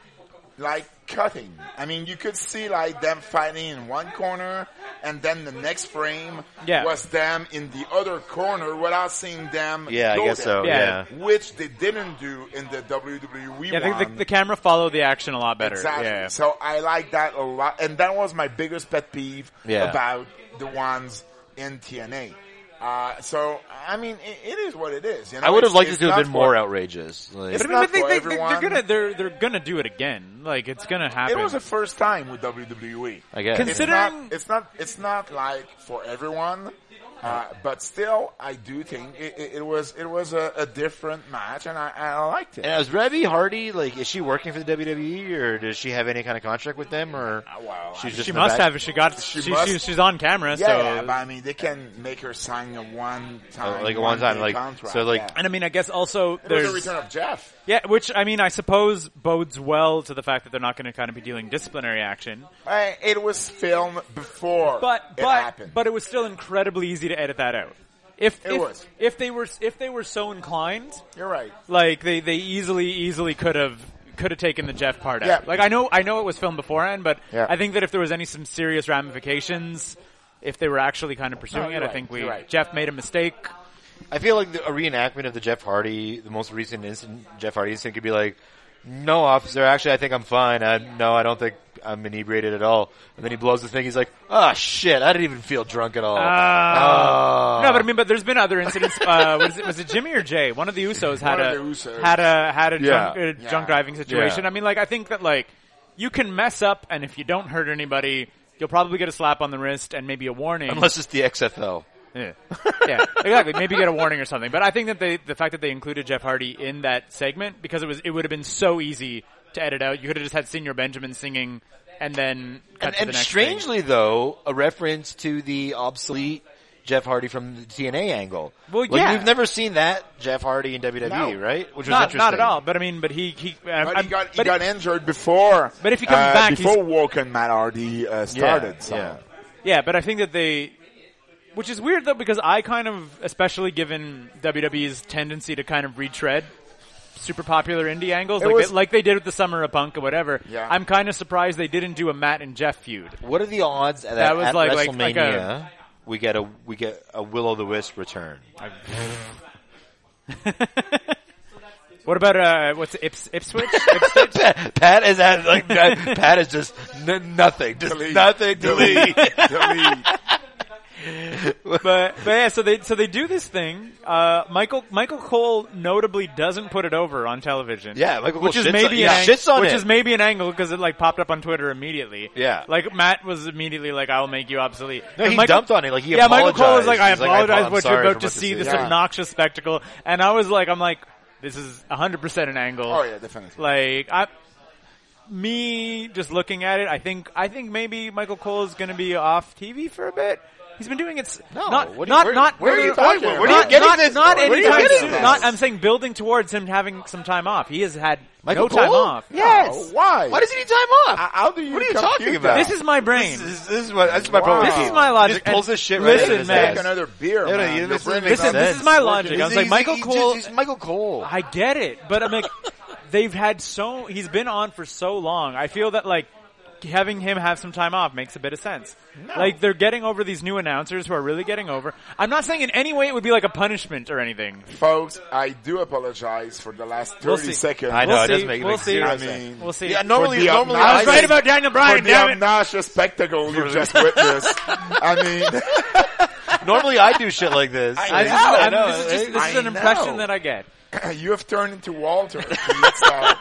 S5: like cutting. I mean, you could see like them fighting in one corner, and then the next frame
S4: Yeah.
S5: was them in the other corner without seeing them.
S3: yeah, I
S5: go
S3: guess
S5: there.
S3: so.
S4: Yeah.
S3: Yeah.
S5: Which they didn't do in the WWE.
S4: Yeah, I think
S5: one.
S4: the, the camera followed the action a lot better.
S5: Exactly.
S4: Yeah.
S5: So I like that a lot, and that was my biggest pet peeve
S3: Yeah.
S5: about the ones in TNA. Uh, so I mean, it, it is what it is. You know,
S3: I would have
S5: It's-
S3: liked it
S5: it's
S3: to have
S5: not
S3: been
S5: for-
S3: more outrageous. Like,
S5: It's
S4: But I mean,
S5: not
S4: they,
S5: for
S4: they, they,
S5: everyone.
S4: are gonna they're they're gonna do it again. Like it's gonna happen.
S5: It was the first time with E. WWE.
S3: I guess.
S5: It's
S4: Consider-
S5: not,
S4: Considering-
S5: it's not. It's not like for everyone. Uh, but still, I do think it, it, it was it was a, a different match, and I, I liked it.
S3: And is Rebby Hardy like? Is she working for the WWE, or does she have any kind of contract with them? Or
S5: Wow.
S3: she's just
S4: she
S3: in the
S4: must
S3: back?
S4: have. She got. She, she,
S5: must-
S4: she's on camera.
S5: yeah,
S4: so
S5: yeah, but I mean, they can make her sign a one time,
S3: Like, a one-time, like, so, like-
S4: and I mean, I guess also
S5: It was
S4: there's
S5: the return of Jeff.
S4: Yeah, which I mean, I suppose bodes well to the fact that they're not going to kind of be dealing disciplinary action.
S5: Uh, it was filmed before
S4: But
S5: it
S4: but
S5: happened.
S4: but it was still incredibly easy to edit that out. If
S5: It
S4: if,
S5: was.
S4: if they were if they were so inclined,
S5: You're right.
S4: like they they easily easily could have could have taken the Jeff part out.
S5: Yeah.
S4: Like I know I know it was filmed beforehand, but
S5: Yeah.
S4: I think that if there was any some serious ramifications, if they were actually kind of pursuing it,
S5: Oh, you're
S4: I think
S5: right,
S4: we
S5: you're right.
S4: Jeff made a mistake.
S3: I feel like the, a reenactment of the Jeff Hardy, the most recent incident, Jeff Hardy incident, could be like, "No, officer. Actually, I think I'm fine. I, no, I don't think I'm inebriated at all." And then he blows the thing. He's like, "Oh shit! I didn't even feel drunk at all." Oh.
S4: Ah. Uh, No, but I mean, but there's been other incidents. Uh, [LAUGHS] was, it, was it Jimmy or Jay? One of the Usos had
S5: One
S4: a
S5: of the Usos.
S4: had a had a drunk,
S3: Yeah.
S4: uh,
S5: Yeah.
S4: drunk driving situation. I
S3: Yeah.
S4: mean, like I think that like you can mess up, and if you don't hurt anybody, you'll probably get a slap on the wrist and maybe a warning.
S3: Unless it's the XFL.
S4: yeah, [LAUGHS] yeah exactly. Maybe get a warning or something. But I think that they the fact that they included Jeff Hardy in that segment because it was it would have been so easy to edit out. You could have just had Senior Benjamin singing, and then cut
S3: And,
S4: to the
S3: and
S4: next
S3: strangely, though, a reference to the obsolete Jeff Hardy from the TNA angle.
S4: Well,
S3: Like,
S4: yeah.
S3: we've never seen that Jeff Hardy in WWE,
S5: No.
S3: right? Which was
S4: thing. not
S3: interesting.
S4: not at all. But I mean, but he he. I'm-
S5: But
S4: I'm-
S5: he got, he
S4: but-
S5: got injured before.
S4: But if he comes
S5: uh,
S4: back, he's-
S5: before Walker and Matt Hardy uh, started.
S3: Yeah,
S5: so.
S3: yeah.
S4: Yeah, but I think that they, which is weird though, because I kind of, especially given WWE's tendency to kind of retread super popular indie angles,
S5: It
S4: like,
S5: was-
S4: they, like they did with the Summer of Punk or whatever.
S5: Yeah.
S4: I'm kind of surprised they didn't do a Matt and Jeff feud.
S3: What are the odds that,
S4: That was
S3: at
S4: like- like-
S3: WrestleMania
S4: like a-
S3: we get a we get a Will O' the Wisp return?
S4: What about uh, what's it, Ips,
S3: [LAUGHS]
S4: Ipswich? Ipswich?
S3: [LAUGHS] Pat, Pat is at like that- Pat is just n- nothing, just
S5: Delete.
S3: nothing. Delete.
S5: Delete.
S4: but but yeah, so they so they do this thing. Uh, Michael Michael Cole notably doesn't put it over on television.
S3: Yeah, Michael Cole
S4: which is
S3: shits
S4: maybe
S3: on- yeah,
S4: an ang-
S3: shits on
S4: which
S3: it.
S4: is maybe an angle because it like popped up on Twitter immediately.
S3: Yeah.
S4: like Matt was immediately like, "I'll make you obsolete."
S3: No,
S4: And
S3: he
S4: Michael,
S3: dumped on it, like, he
S4: yeah, Michael Cole was
S3: apologized.
S4: like, "I
S3: He's like, "I
S4: apologize
S3: apo- I'm
S4: what
S3: sorry
S4: you're
S3: for
S4: about
S3: what
S4: to
S3: this
S4: see,
S3: is."
S4: this
S5: Yeah.
S4: obnoxious spectacle," and I was like, "I'm like, this is 100 percent an angle."
S5: Oh, yeah, definitely.
S4: Like I, me just looking at it, I think I think maybe Michael Cole is going to be off TV for a bit. He's been doing it. s-
S3: [LAUGHS] No,
S4: not
S3: what are you-
S4: not
S3: where-
S4: not.
S3: where are you
S4: not-
S3: talking about? Where are you
S4: not-
S3: getting
S4: not-
S3: this
S4: Not
S3: from? Where are you
S4: anytime
S3: getting
S4: soon.
S3: this?
S4: Not. I'm saying building towards him having some time off. He has had no
S3: Michael
S4: time
S3: Cole?
S4: off.
S5: Yes. Why?
S3: Why does he need time off?
S5: How- How do you?
S3: What are you
S5: compute
S3: talking
S5: that?
S3: about?
S4: This is my brain.
S3: this is, this is my, this is my
S5: Wow.
S3: problem.
S5: This is
S4: my logic.
S3: He just pulls
S4: And
S3: this shit right
S4: listen,
S3: out of his
S4: man.
S5: Take
S3: ass.
S5: another beer,
S3: No, no,
S5: man.
S3: you-
S5: Your
S3: this
S5: brain
S3: doesn't
S5: makes
S3: make
S4: Listen,
S5: sense.
S4: this is my logic. I was
S3: He's-
S4: like,
S3: he's-
S4: Michael
S3: he's
S4: Cole.
S3: just- he's Michael Cole.
S4: I get it, but I'm like, they've had so he's been on for so long. I feel that like having him have some time off makes a bit of sense. Like they're getting over these new announcers who are really getting over. I'm not saying in any way it would be like a punishment or anything.
S5: Folks, I do apologize for the last 30
S4: We'll see.
S5: seconds.
S3: I know
S4: We'll
S3: it
S4: see.
S3: doesn't make, it
S4: We'll
S3: makes
S4: see.
S3: zero
S5: I
S3: sense.
S5: mean,
S4: We'll see.
S3: Yeah, normally,
S5: the
S3: normally
S5: obnoxious-
S4: I was right about Daniel
S5: for
S4: Bryan.
S5: the
S4: Damn it.
S5: obnoxious spectacle
S4: [LAUGHS]
S5: you just witnessed. I mean, [LAUGHS]
S3: normally I do shit like this.
S5: I
S4: I-
S5: know, I
S4: I'm-
S5: know,
S4: this is, just, this is
S5: I
S4: an impression
S5: know.
S4: that I get.
S5: you have turned into Walter. It's, uh,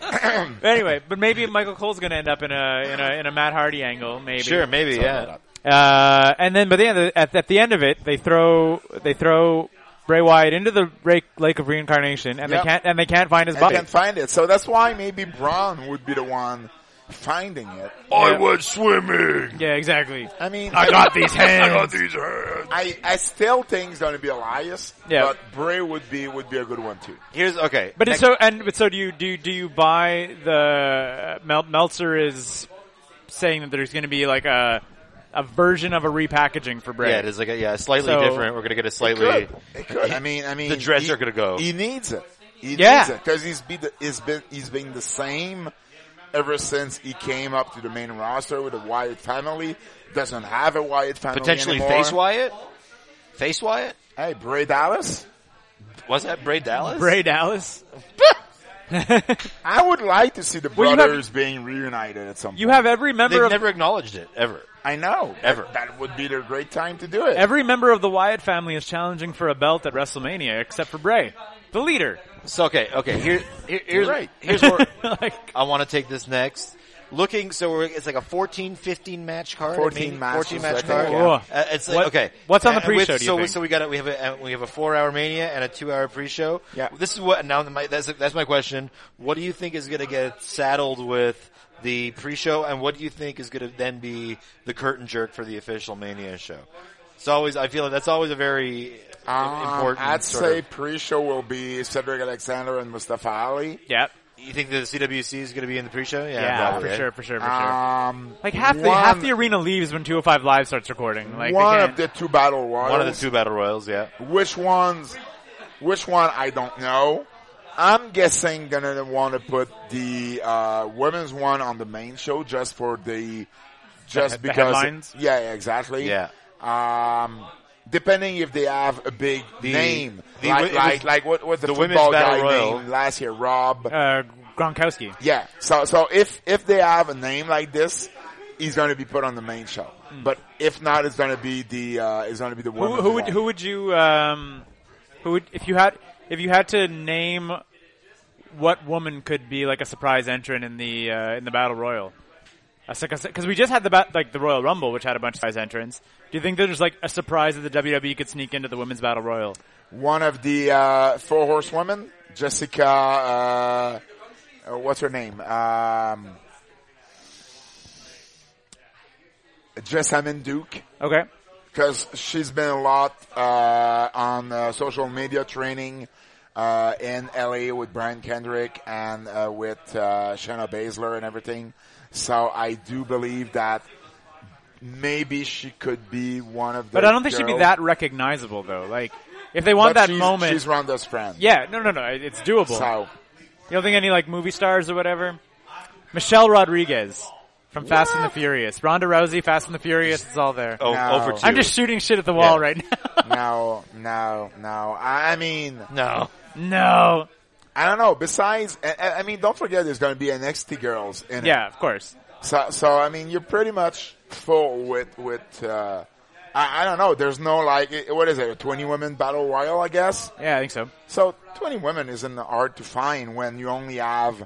S4: Anyway, but maybe Michael Cole's going to end up in a in a in a Matt Hardy angle. Maybe
S3: Sure, maybe, yeah.
S4: Uh, and then by the end, of the, at, at the end of it, they throw they throw Bray Wyatt into the ra- lake of reincarnation, and
S5: Yep.
S4: they can't and they can't find his
S5: and
S4: body.
S5: can find it. So that's why maybe Braun would be the one finding it.
S4: Yeah.
S6: went swimming.
S4: Yeah, exactly.
S5: [LAUGHS] I mean,
S6: I got these hands.
S4: I got
S6: these hands.
S5: I, I still think it's going to be Elias,
S4: Yeah.
S5: but Bray would be would be a good one too.
S3: Here's okay.
S4: But
S3: next-
S4: so and but so do you do you- do you buy the uh, Mel- Meltzer is saying that there's going to be like a a version of a repackaging for Bray.
S3: yeah, it is like a, yeah, slightly
S4: So-
S3: different. We're gonna get a slightly.
S5: Good. It could. I mean, I mean,
S3: The dreads
S5: he-
S3: are gonna go.
S5: He needs it. He
S4: Yeah.
S5: needs it because he's been the- he's been he's been the same ever since he came up to the main roster with the Wyatt family. Doesn't have a Wyatt family
S3: Potentially
S5: anymore.
S3: face Wyatt? Face Wyatt?
S5: Hey, Bray Dallas.
S3: Was that Bray Dallas?
S4: Bray Dallas.
S5: I would like to see the
S4: Well, you have-
S5: brothers being reunited at some.
S4: You
S5: point.
S4: have every member
S3: They've
S4: of
S3: never acknowledged it ever.
S5: I know.
S3: Ever.
S5: That would be the great time to do it.
S4: every member of the Wyatt family is challenging for a belt at WrestleMania except for Bray, the leader. [LAUGHS]
S3: So okay, okay. Here, here here's
S5: You're right.
S3: here's where
S4: Like-
S3: I want to take this next. Looking, so we're, it's like a 14, 15 match card.
S5: 14
S3: I mean,
S5: matches,
S3: 14
S5: I
S3: match
S5: think,
S3: card.
S5: yeah.
S4: Whoa.
S3: Uh, it's like,
S4: What-
S3: okay.
S4: what's on the
S3: And with-
S4: pre-show, do you
S3: so
S4: think?
S3: so we got a, we have a we have a four hour mania and a two hour pre show.
S5: Yeah.
S3: This is what now my, that's that's my question. What do you think is going to get saddled with the pre show, and what do you think is going to then be the curtain jerk for the official mania show? It's always I feel like that's always a very
S5: Um,
S3: important.
S5: I'd
S3: sort
S5: say
S3: of-
S5: pre-show will be Cedric Alexander and Mustafa Ali.
S4: Yep.
S3: you think the CWC is going to be in the pre show? Yeah,
S4: Yeah,
S3: probably,
S4: for
S3: right?
S4: sure, for sure, for sure.
S5: Um,
S4: Like half the
S5: one-
S4: half the arena leaves when 205 Live starts recording. Like they
S5: one
S4: can't-
S5: of the two battle royals.
S3: One of the two battle royals, yeah.
S5: Which ones? Which one? I don't know. I'm guessing they're gonna want to put the uh, women's one on the main show just for the just
S4: The he- the
S5: because.
S4: headlines?
S5: Yeah, yeah, exactly.
S3: Yeah.
S5: Um, depending if they have a big
S3: The-
S5: name,
S3: the
S5: like
S3: wi- it
S5: like,
S3: was-
S5: like what what's the,
S3: the women's
S5: football guy
S3: battle royal.
S5: named last year, Rob.
S4: uh, Gronkowski.
S5: Yeah. So so if if they have a name like this, he's going to be put on the main show. But if not, it's going to be the uh, it's going to be the
S4: Who,
S5: woman.
S4: who would who would you um, who would if you had if you had to name what woman could be like a surprise entrant in the uh, in the battle royal? Because we just had the ba- like the Royal Rumble, which had a bunch of surprise entrants. Do you think there's like a surprise that the WWE could sneak into the women's battle royal?
S5: one of the uh, four horsewomen, Jessica. Uh, uh, what's her name? Um, Jessamine Duke
S4: Okay.
S5: because she's been a lot uh, on uh, social media training uh, in LA with Brian Kendrick and uh, with uh, Shanna Baszler and everything. So I do believe that maybe she could be one of the.
S4: But I don't think she'd be
S5: girls-
S4: that recognizable though. Like, if they want
S5: but
S4: that
S5: she's-
S4: moment,
S5: She's Ronda's friend.
S4: yeah, no, no, no, it- it's doable.
S5: So
S4: You don't think any like movie stars or whatever? Michelle Rodriguez from Fast and the Furious, Ronda Rousey, Fast and the Furious, it's all there.
S3: Oh,
S5: No.
S3: over 2
S4: I'm just shooting shit at the wall
S3: Yeah.
S4: right now. [LAUGHS]
S5: no, no, no. I I mean,
S3: no.
S4: no.
S5: I don't know. Besides, I- I, I mean, don't forget there's going to be NXT girls in it.
S4: Yeah, of course.
S5: So, so I mean, you're pretty much full with with. Uh, I, I don't know. There's no like, eh, what is it? A 20 women battle royal, I guess.
S4: Yeah, I think so.
S5: So 20 women isn't hard to find when you only have.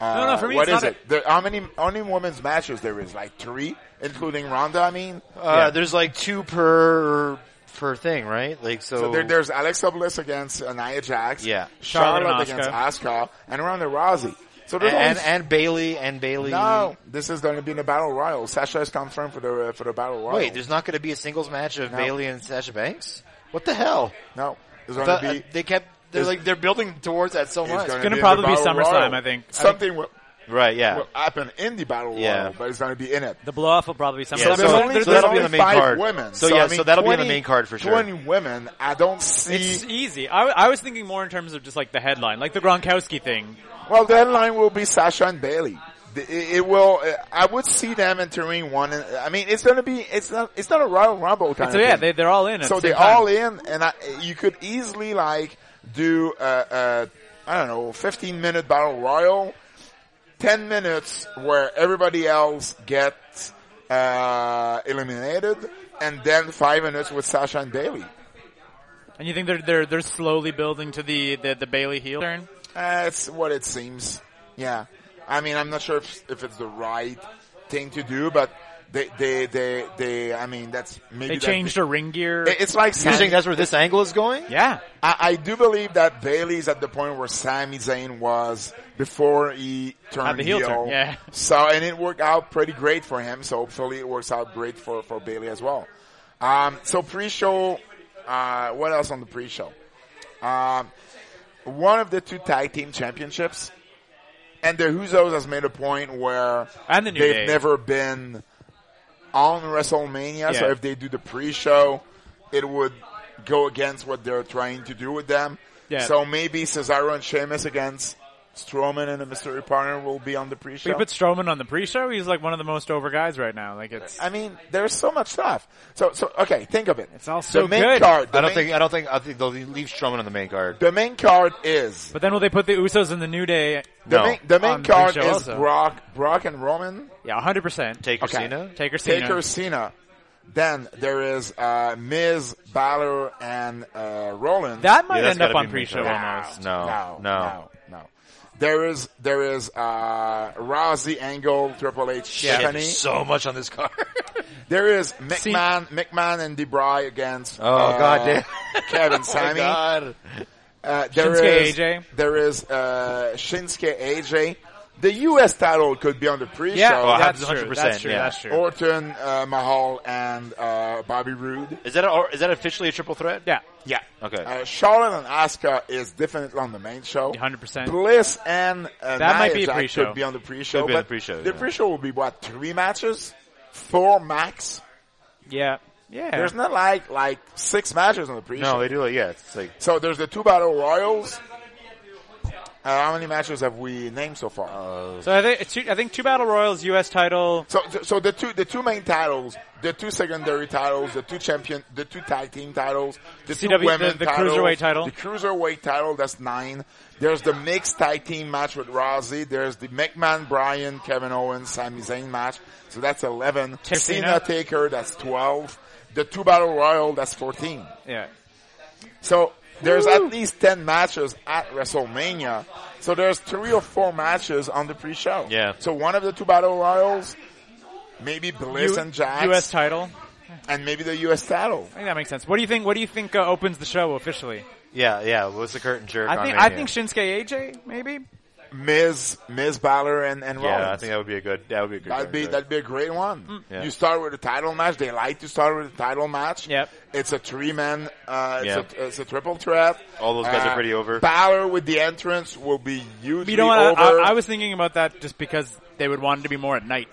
S5: Uh,
S4: No, no, for me
S5: what
S4: it's
S5: is
S4: not
S5: it? There, how many only women's matches there is? Like three, including Ronda. I mean,
S3: Uh, There's like two per per thing, right? Like so.
S5: so there, there's Alexa Bliss against uh, Nia Jax.
S3: Yeah.
S5: Charlotte,
S4: Charlotte and
S5: against Asuka, and Ronda Rousey. So there's
S3: and, and
S5: only
S3: Bailey and Bailey.
S5: no. This is going to be in the battle royal. Sasha is confirmed for the for the battle royal.
S3: Wait, there's not going to be a singles match of
S5: No.
S3: Bailey and Sasha Banks. What the hell?
S5: No, there's going to
S3: The- uh,
S5: be.
S3: they kept. They're
S5: is-
S3: like they're building towards that so
S5: it's
S3: much.
S4: gonna
S5: in the
S4: probably be
S5: Battle
S4: SummerSlam,
S5: Royal.
S4: I think. I
S5: Something will,
S3: Right? Yeah.
S5: will happen in the battle
S3: Yeah.
S5: royal, but it's going to be in it.
S2: The blow off will probably be something.
S3: Yeah,
S5: So
S2: else.
S5: there's
S3: so-
S5: only,
S3: so
S5: there's
S3: that'll be
S5: only
S3: on the main
S5: five
S3: card.
S5: women.
S3: So,
S5: I
S3: yeah, so
S5: mean,
S3: that'll be on the
S5: 20
S3: main card for sure.
S5: Twenty women. I don't see.
S4: It's easy. I, I was thinking more in terms of just like the headline, like the Gronkowski thing.
S5: well, the headline will be Sasha and Bailey. It, it will. uh, I would see them entering one. and- I mean, it's going to be. It's not. It's not a Royal Rumble kind
S4: So
S5: of
S4: yeah,
S5: thing.
S4: they, they're all in. At
S5: so
S4: the
S5: they're
S4: same time.
S5: all in, and I, you could easily like do uh, uh, I don't know, fifteen minute battle royal, ten minutes where everybody else gets uh, eliminated, and then five minutes with Sasha and Bailey.
S4: And you think they're they're they're slowly building to the the, the Bailey heel turn?
S5: That's what it seems. Yeah, I mean, I'm not sure if, if it's the right thing to do, but they, they, they, they. I mean, that's maybe
S4: They
S5: that-
S4: changed her ring gear.
S5: It- It's like
S3: you
S5: Sami-
S3: think that's where this angle is going?
S4: yeah.
S5: I, I do believe that Bailey's at the point where Sami Zayn was before he turned
S4: At the heel turn, yeah.
S5: [LAUGHS] So and it worked out pretty great for him. So hopefully it works out great for for Bailey as well. Um, so pre-show, uh, what else on the pre-show? Um, one of the two tag team championships, and the Usos has made a point where
S4: And the New
S5: they've
S4: Day.
S5: never been on WrestleMania. So
S4: Yeah.
S5: if they do the pre-show, it would go against what they're trying to do with them.
S4: Yeah.
S5: So maybe Cesaro and Sheamus against Strowman and the mystery partner will be on the
S4: We
S5: pre-show.
S4: put Strowman on the pre-show. He's like one of the most over guys right now. Like it's
S5: I mean, there's so much stuff. So, so okay, think of it. It's
S4: all so
S5: the main
S4: good.
S5: Card, the
S3: I don't
S5: main-
S3: think. I don't think. I think they'll leave Strowman on the main card.
S5: the main card is
S4: But then will they put the Usos in the New Day?
S5: the
S3: No.
S5: main, the main
S4: On the
S5: card
S4: pre-show
S5: is
S4: also.
S5: Brock, Brock and Roman,
S4: Yeah, 100%.
S3: Taker
S5: Okay.
S3: Cena.
S4: Taker Cena.
S5: Taker, Cena. Then there is uh, Miz, Balor, and uh, Rollins.
S4: That might
S3: Yeah, that's
S4: end up
S3: gotta
S4: on
S3: be
S4: pre-show
S3: Miz.
S4: almost.
S3: No, no.
S5: no, no, no. There is there is uh, Rousey, Angle, Triple H,
S3: Shit,
S5: Stephanie.
S3: there's so much on this card.
S5: There is
S4: See-
S5: McMahon, McMahon and DeBry against. uh,
S3: Oh, God damn.
S5: [LAUGHS] Kevin,
S3: [LAUGHS] Oh [LAUGHS] my
S5: Sammy.
S3: God.
S5: Uh, there
S4: Shinsuke
S5: is-
S4: AJ.
S5: There is uh, Shinsuke AJ. The U.S. title could be on the pre-show.
S4: Yeah,
S3: Oh,
S4: that's, true.
S3: 100%,
S4: that's true.
S3: yeah.
S4: That's true.
S5: Orton, uh, Mahal, and uh, Bobby Roode.
S3: Is that a, or is that officially a triple threat?
S4: yeah.
S5: Yeah.
S3: Okay.
S5: Uh, Charlotte and Asuka is definitely on the main show.
S4: 100%.
S5: Bliss and uh,
S4: That might
S5: Nia
S4: be a
S5: Jax
S4: pre-show.
S5: Could be on the pre-show.
S3: Could be on the
S5: but
S3: pre-show,
S5: The
S3: yeah.
S5: pre-show will be what three matches, four max.
S4: Yeah. Yeah.
S5: There's not like like six matches on the pre-show.
S3: no, they do. Like, yeah, it's like
S5: So there's the two battle royals. Uh, how many matches have we named so far?
S3: Uh,
S4: so I think, two, I think two Battle Royals, U.S. title.
S5: So, so the two, the two main titles, the two secondary titles, the two champion, the two tag team titles, the two
S4: CW
S5: women
S4: the- the
S5: titles,
S4: cruiserweight title.
S5: the cruiserweight title. That's nine. There's the mixed tag team match with Rousey. There's the McMahon, Bryan, Kevin Owens, Sami Zayn match. So that's eleven.
S4: Cena.
S5: Cena Taker. That's twelve. The two battle royal. That's fourteen.
S4: Yeah.
S5: So there's at least ten matches at WrestleMania. So there's three or four matches on the pre-show.
S3: Yeah.
S5: So one of the two battle royals, maybe Bliss
S4: U-
S5: and Jax,
S4: U.S. title.
S5: and maybe the U.S. title.
S4: I think that makes sense. What do you think? What do you think uh, opens the show officially?
S3: yeah, yeah. What's the curtain jerk?
S4: I
S3: on
S4: think
S3: Mania?
S4: I think Shinsuke AJ maybe.
S5: Miz, Miz Balor, and and
S3: Yeah, I
S5: Rollins.
S3: think that would be a good. That would be a good.
S5: That'd be
S3: contract.
S5: that'd be a great one.
S4: Mm.
S3: Yeah.
S5: You start with a title match. They like to start with a title match.
S4: Yep.
S5: It's a three man. Uh, it's,
S3: Yeah.
S5: a, it's a triple threat.
S3: All those guys are
S5: Uh,
S3: pretty over.
S5: Balor with the entrance will be hugely
S4: You know what?
S5: over.
S4: I, I, I was thinking about that just because they would want it to be more at night.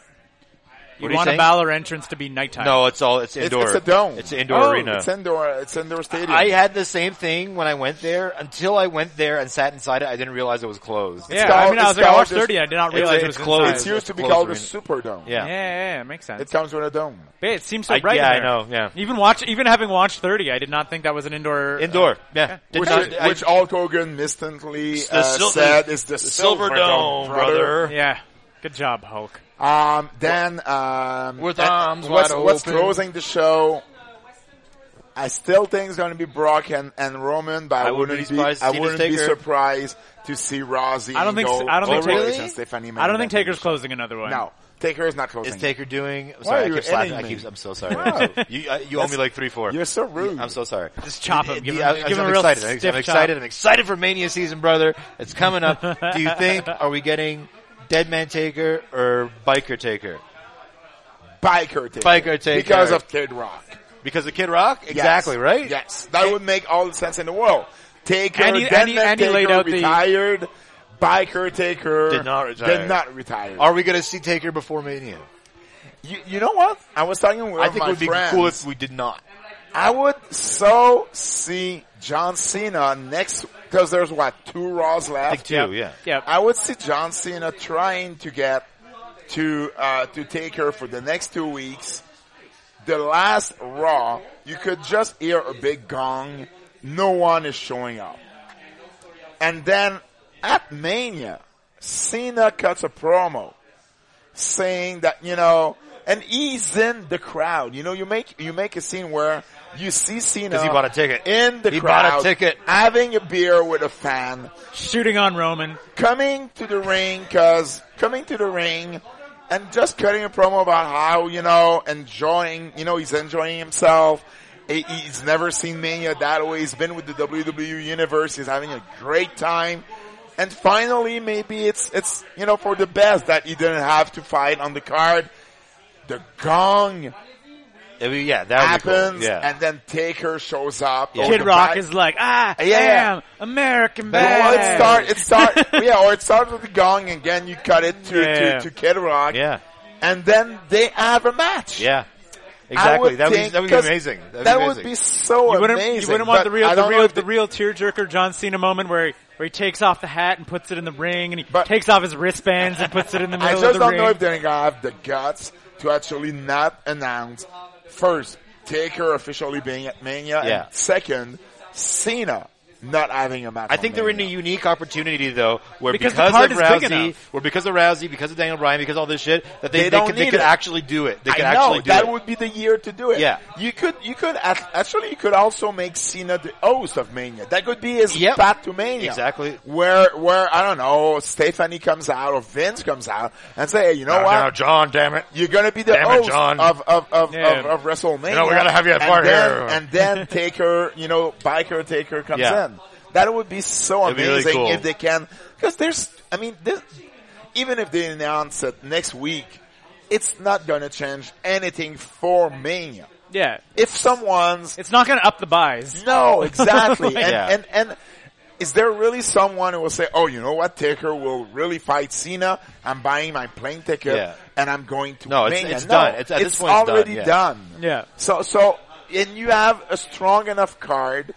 S3: What
S4: You'd
S3: are you
S4: want a
S3: saying?
S4: Balor entrance to be nighttime.
S3: No, it's all it's indoor.
S5: it's a dome.
S3: It's an indoor
S5: Oh,
S3: arena.
S5: It's indoor. It's indoor stadium.
S3: I had the same thing when I went there. Until I went there and sat inside it, I didn't realize it was closed.
S4: yeah,
S5: called-
S4: I mean, I was
S5: it's
S4: like, I
S5: called
S4: watched
S5: just-
S4: 30, I did not
S3: it's-
S4: realize it
S3: it's
S4: was
S3: closed.
S4: inside.
S5: it's used to be
S3: Closed
S5: called the
S3: arena.
S5: Superdome.
S3: Yeah.
S4: Yeah, yeah, yeah, it makes sense.
S5: It comes with a dome.
S4: Yeah, it seems so
S3: I-
S4: bright.
S3: yeah,
S4: in
S3: I
S4: there.
S3: know, yeah.
S4: even watch, even having watched Thirty, I did not think that was an indoor. uh,
S3: Indoor. Yeah. Did
S5: Which,
S3: not- I-
S5: which Hulk Hogan instantly
S3: It's the
S5: uh,
S3: sil-
S5: said is the,
S3: the Silver Dome, brother.
S4: yeah, good job, Hulk.
S5: Um, then um,
S3: With
S5: uh,
S3: arms
S5: what's,
S3: wide
S5: what's
S3: open.
S5: closing the show? I still think it's going to be Brock and, and Roman, but I,
S3: I wouldn't be
S5: be,
S3: surprised to
S5: I
S3: see
S5: wouldn't
S3: this
S5: be
S3: Taker.
S5: surprised to see Rousey.
S4: I don't think-
S5: Go,
S4: I don't think
S5: Rollins
S3: Taker-
S5: and Stephanie
S4: I don't think
S5: Mann.
S4: Taker's closing another one.
S5: No, Taker is not closing.
S3: Is Taker doing? I'm
S5: Why are
S3: sorry, I
S5: you
S3: keep slapping. I
S5: ending me?
S3: keep. I'm so sorry.
S5: Wow.
S3: you uh, you owe me like three, four.
S5: You're so rude.
S3: I'm so sorry.
S4: Just chop him. Give him,
S3: I,
S4: give him
S3: am
S4: a real
S3: excited. I'm-
S4: stiff
S3: I'm
S4: chop.
S3: excited. I'm excited for Mania season, brother. It's coming up. Do you think are we getting Dead Man Taker or Biker Taker?
S5: Biker Taker.
S3: Biker Taker.
S5: Because of Kid Rock.
S3: Because of Kid Rock,
S5: Yes.
S3: exactly right.
S5: Yes, that would make all the sense in the world. Taker,
S4: And he-
S5: then
S4: and he-
S5: that
S4: and he
S5: Taker
S4: laid out the-
S5: retired. Biker Taker
S3: Did not retire.
S5: Did not retire.
S3: Are we going to see Taker before Mania?
S5: You, you know what? I was talking with one
S3: I
S5: of
S3: think it
S5: my
S3: would be
S5: friends.
S3: cool if we did not.
S5: I would so see John Cena next because there's what two Raws
S3: I think
S5: left.
S3: two, yeah.
S4: Yeah,
S5: I would see John Cena trying to get to uh, to take her for the next two weeks. The last Raw, you could just hear a big gong. No one is showing up, and then at Mania, Cena cuts a promo saying that you know, and he's in the crowd. You know, you make you make a scene where you see Cena
S3: 'Cause he bought a ticket.
S5: in the
S3: He bought a
S5: crowd,
S3: ticket.
S5: having a beer with a fan,
S4: shooting on Roman.
S5: coming to the ring, cause coming to the ring, and just cutting a promo about how you know enjoying, you know, he's enjoying himself. He- He's never seen Mania that way. He's been with the WWE universe. He's having a great time. And finally, maybe it's, it's, you know, for the best that he didn't have to fight on the card. The gong
S3: I mean, yeah, that would
S5: happens,
S3: be cool. Yeah.
S5: and then Taker shows up.
S3: Yeah.
S5: Or
S4: Kid
S5: the
S4: Rock
S5: back-
S4: is like, ah,
S5: Yeah.
S4: damn, American
S5: Well, it
S4: bad.
S5: start, it
S4: [LAUGHS]
S5: start, yeah, or it starts with the gong and again. You cut it to,
S4: Yeah.
S5: to, to Kid Rock,
S3: yeah,
S5: and then they have a match.
S3: yeah,
S5: I
S3: exactly.
S5: would
S3: That would
S5: think-
S3: that would be
S5: 'cause
S3: amazing. That'd be
S5: that
S3: amazing.
S5: would be so
S4: You wouldn't,
S5: amazing.
S4: you wouldn't want
S5: but
S4: the real,
S5: I
S4: the
S5: don't know
S4: real,
S5: if
S4: the
S5: they-
S4: real tearjerker John Cena moment where he, where he takes off the hat and puts it in the ring, and he
S5: But-
S4: takes off his wristbands and puts it in the
S5: [LAUGHS] I
S4: middle of
S5: just
S4: the
S5: don't
S4: ring.
S5: know if they're gonna have the guts to actually not announce first Taker officially being at Mania,
S3: Yeah.
S5: and second Cena not having a match.
S3: I
S5: on
S3: think they're in a
S5: Mania.
S3: unique opportunity though, where
S4: Because
S3: because,
S4: the card is
S3: of
S4: big
S3: Rousey,
S4: enough.
S3: or because of Rousey, because of Daniel Bryan, because of all this shit, that
S5: They
S3: they they,
S5: don't
S3: could, they
S5: need
S3: could
S5: it.
S3: actually do it. They could
S5: I know
S3: actually do
S5: that
S3: it.
S5: would be the year to do it.
S3: Yeah.
S5: you could, you could act- actually, you could also make Cena the host of Mania. That could be his
S3: Yep.
S5: path to Mania.
S3: Exactly.
S5: Where, where I don't know, Stephanie comes out or Vince comes out and say, hey, you know
S6: Now,
S5: what?
S6: now, John, damn it.
S5: You're gonna be the
S6: Damn it,
S5: host
S6: John.
S5: of of of,
S4: Yeah.
S5: of, of WrestleMania.
S6: You know, we gotta have you at
S5: and
S6: bar
S5: then,
S6: here. [LAUGHS]
S5: And then Taker, you know, Biker Taker comes
S3: Yeah.
S5: in. That would be so
S3: It'd be really
S5: amazing
S3: cool.
S5: if they can, because there's, I mean, this, even if they announce it next week, it's not gonna change anything for Mania.
S4: yeah,
S5: If someone's
S4: it's not going to up the buys.
S5: no, exactly.
S3: [LAUGHS]
S5: and,
S3: Yeah.
S5: and, and is there really someone who will say, oh, you know what, Taker will really fight Cena. I'm buying my plane ticket
S3: Yeah.
S5: and I'm going to
S3: No, it's-
S5: Mania."
S3: it's
S5: No,
S3: done. It's- at this point, it's done,
S5: already
S3: yeah.
S5: done.
S4: Yeah.
S5: So, so, and you have a strong enough card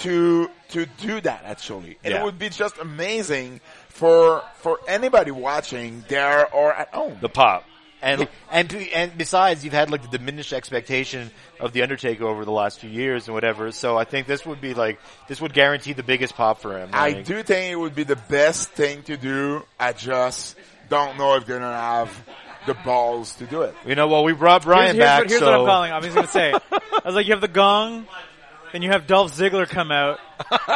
S5: to, to do that actually. And
S3: Yeah.
S5: it would be just amazing for, for anybody watching there or at home.
S3: the pop. And and to, and besides, you've had like the diminished expectation of the Undertaker over the last few years and whatever. So I think this would be like this would guarantee the biggest pop for him.
S5: I
S3: Like,
S5: do think it would be the best thing to do. I just don't know if they're gonna have the balls to
S3: [LAUGHS]
S5: do it.
S3: You know, well, we brought
S4: Here's,
S3: Brian
S4: here's
S3: back.
S4: what, here's
S3: so
S4: what I'm calling. I was going to say, I was like, you have the gong, then you have Dolph Ziggler come [LAUGHS] out,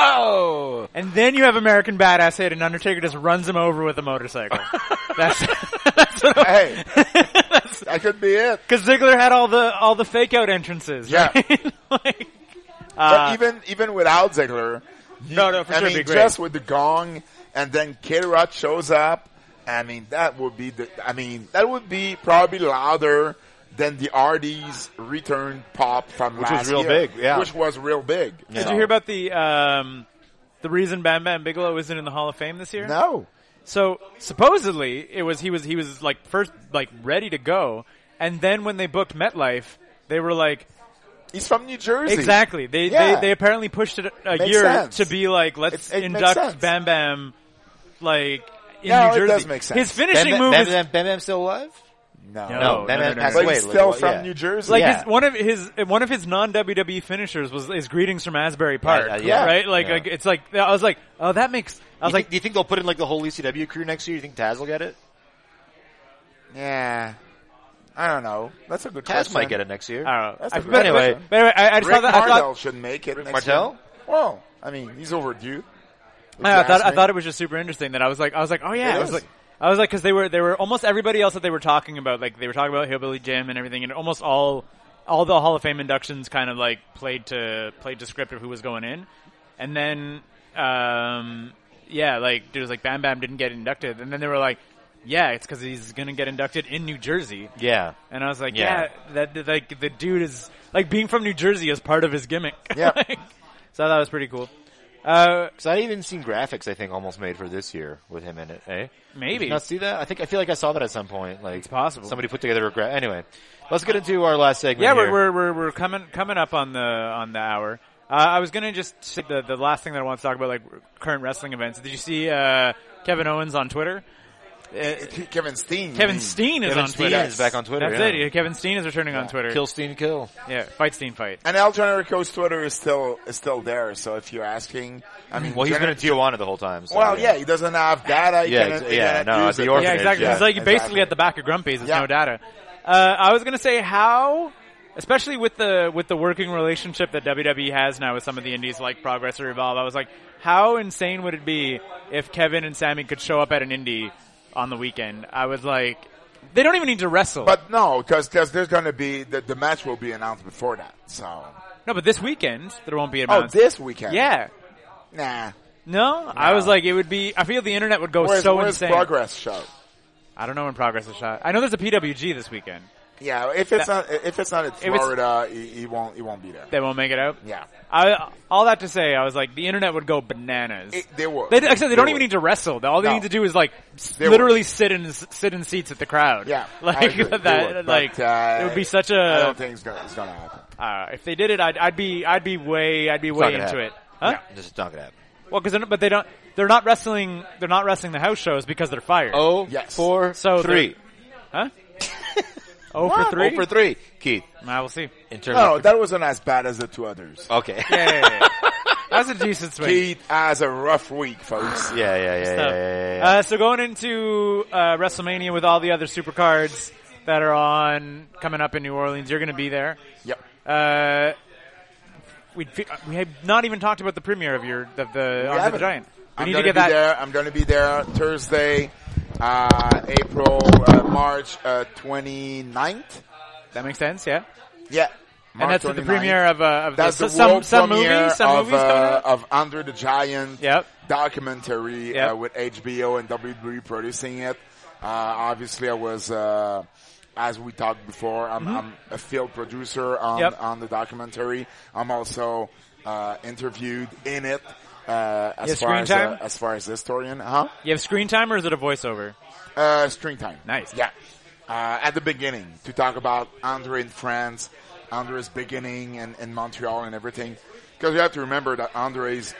S3: Oh,
S4: and then you have American Badass hit, and Undertaker just runs him over with a [LAUGHS] motorcycle. that's that's what I-
S5: Hey, that could be it.
S4: Because Ziggler had all the all the fake out entrances.
S5: Yeah.
S4: right? [LAUGHS] Like, uh,
S5: But even even without Ziggler,
S4: No, no, for
S5: I
S4: sure,
S5: mean,
S4: it'd be great.
S5: just with the gong, and then Kid Rock shows up. I mean, that would be the. I mean, that would be probably louder than the RD's return pop from
S3: Which was
S5: last
S3: real
S5: year,
S3: big, yeah.
S5: which was real big.
S4: Did you hear about the um, the reason Bam Bam Bigelow isn't in the Hall of Fame this year?
S5: No,
S4: So supposedly it was he was he was like first like ready to go, and then when they booked MetLife, they were like
S5: he's from New Jersey.
S4: exactly they
S5: Yeah.
S4: they, they apparently pushed it a
S5: Makes
S4: year
S5: sense.
S4: to be like let's
S5: It- it makes sense.
S4: induct Bam Bam like in
S5: No,
S4: New
S5: it
S4: Jersey.
S5: does make sense.
S4: His
S3: Bam
S4: finishing
S3: Bam,
S4: move
S3: Bam,
S4: is
S3: Bam, Bam Bam's still alive?
S5: No,
S4: No,
S3: Bam
S4: no,
S3: Bam
S4: no,
S3: passed
S4: no.
S5: but
S3: away.
S5: he's still
S3: like,
S5: from
S3: yeah.
S5: New Jersey.
S4: Like
S3: Yeah.
S4: his, one of his one of his non WWE finishers was his greetings from Asbury Park,
S3: yeah, yeah.
S4: right? Like,
S3: Yeah.
S4: like it's like I was like, oh, that makes. I
S3: I
S4: was
S3: was like,
S4: like,
S3: do you think they'll put in like the whole ECW crew next year? You think Taz will get it?
S5: yeah, I don't know. That's a good
S3: Taz
S5: question.
S3: might get it next year.
S4: I don't know.
S5: That's
S4: I,
S5: the
S4: but anyway,
S5: question.
S4: but anyway, I, I just
S5: Rick
S4: thought that, I
S5: Martel
S4: thought,
S5: should make it. next
S3: Martel?
S5: year. Well, I mean, he's overdue. If
S4: I,
S5: you
S4: I thought
S5: ask
S4: I
S5: me.
S4: thought it was just super interesting that I was like, I was like, oh yeah,
S5: It
S4: I was
S5: is.
S4: like, I was like, because they were they were almost everybody else that they were talking about, like they were talking about Hillbilly Jim and everything, and almost all all the Hall of Fame inductions kind of like played to played to script of who was going in, and then um yeah, like dude was like Bam Bam didn't get inducted, and then they were like, yeah, it's because he's gonna get inducted in New Jersey,
S3: yeah.
S4: and I was like,
S3: Yeah.
S4: yeah, that that- like the dude is like being from New Jersey is part of his gimmick.
S5: Yeah.
S4: [LAUGHS] Like, so that was pretty cool. Uh,
S3: Because I even seen graphics, I think, almost made for this year with him in it, eh? Did
S4: maybe.
S3: you not see that? I think, I feel like I saw that at some point. Like, it's
S4: possible.
S3: Somebody put together a graph. Anyway, let's get into our last segment.
S4: Yeah, we're,
S3: here.
S4: we're we're we're coming coming up on the on the hour. Uh, I was gonna just say the the last thing that I want to talk about, like current wrestling events. Did you see uh, Kevin Owens on Twitter? Uh,
S5: Kevin Steen.
S4: Kevin Steen is
S3: Kevin
S4: on
S3: Steen
S4: Twitter.
S3: is back on Twitter.
S4: That's
S3: yeah.
S4: it. yeah, Kevin Steen is returning on Twitter.
S3: Kill Steen, kill.
S4: Yeah, fight Steen fight.
S5: And El Generico's Twitter is still is still there. So if you're asking, I mean,
S3: Well, he's been
S5: Gener-
S3: in Tijuana the whole time. So,
S5: well, yeah, he doesn't have data. He
S3: Yeah,
S5: cannot-
S3: ex-
S5: he
S3: yeah,
S5: cannot
S3: no,
S5: use
S3: the
S5: it.
S3: orphanage,
S4: Yeah, exactly.
S3: yeah.
S4: It's like
S5: Exactly.
S4: basically at the back of Grumpy's. It's
S5: Yeah.
S4: no data. Uh, I was gonna say how, especially with the with the working relationship that WWE has now with some of the indies like Progress or Evolve. I was like, how insane would it be if Kevin and Sammy could show up at an indie on the weekend? I was like, they don't even need to wrestle.
S5: But no, because there's going to be the, the match will be announced before that. So
S4: no, but this weekend there won't be a
S5: oh,
S4: bounce.
S5: this weekend.
S4: yeah.
S5: Nah.
S4: No, I was like, it would be. I feel the internet would go
S5: Where's,
S4: Oh, so
S5: where's
S4: insane.
S5: progress show?
S4: I don't know when Progress is shot. I know there's a PWG this weekend.
S5: Yeah, if it's not if it's not at
S4: If it's-
S5: Florida, he, he won't he won't be there.
S4: They won't make it out.
S5: Yeah,
S4: I, all that to say, I was like, the internet would go bananas.
S5: It- they would.
S4: They, actually, they don't even
S5: would.
S4: need to wrestle. All they
S5: No.
S4: need to do is like s-
S5: They
S4: literally sit in sit in seats at the crowd.
S5: Yeah, I
S4: [LAUGHS] like
S5: agree. They
S4: that.
S5: would,
S4: like
S5: but, uh,
S4: it would be such
S5: I
S4: a.
S5: don't think it's gonna, it's gonna happen.
S4: Uh, if they did it, I'd, I'd be I'd be way I'd be way
S3: not gonna
S4: into
S3: happen.
S4: it. Huh?
S3: This is not going to happen.
S4: Well, because but they don't. They're not wrestling. They're not wrestling the house shows because they're fired.
S3: Oh,
S5: Yes.
S3: four,
S4: So they're-
S3: three.
S4: huh? oh for three.
S3: Oh, for three. Oh, Keith,
S4: I will see.
S3: in terms
S5: No,
S3: of...
S5: Oh, that wasn't as bad as the two others.
S4: Oh,
S3: Okay. [LAUGHS]
S4: Yeah, yeah, yeah.
S5: [LAUGHS]
S4: that's a decent swing.
S5: Pete has a rough
S4: [SIGHS]
S5: week, folks.
S3: Yeah, yeah, yeah, yeah,
S4: stuff.
S3: yeah, yeah.
S4: Uh, so going into uh, WrestleMania with all the other supercards that are on coming up in New Orleans, you're going to be there.
S5: Yep.
S4: Uh, we we have not even talked about the premiere of your of the Arms of the
S5: haven't.
S4: Giant. We
S5: I'm
S4: need
S5: gonna
S4: to get
S5: be
S4: that.
S5: there. I'm going to be there Thursday, uh, April, uh, March uh, 29th.
S4: That makes sense, yeah.
S5: Yeah.
S4: and
S5: March
S4: that's the
S5: 29th.
S4: premiere of, uh, of
S5: That's
S4: the,
S5: the
S4: some
S5: world
S4: some
S5: premiere
S4: movie, some
S5: of,
S4: movies coming
S5: uh,
S4: out.
S5: of Under the Giant
S4: Yep.
S5: documentary
S4: Yep.
S5: uh, with HBO and WWE producing it. Uh, obviously, I was, uh, as we talked before, I'm, I'm a field producer on,
S4: Mm-hmm. Yep.
S5: on the documentary. I'm also uh, interviewed in it uh, as,
S4: Yeah,
S5: far
S4: screen
S5: as,
S4: time?
S5: uh, as far as historian. Huh?
S4: You have screen time or is it a voiceover?
S5: Uh, string time.
S4: Nice.
S5: Yeah. Uh, at the beginning to talk about Andre in France, Andre's beginning and, and Montreal and everything. Because you have to remember that Andre's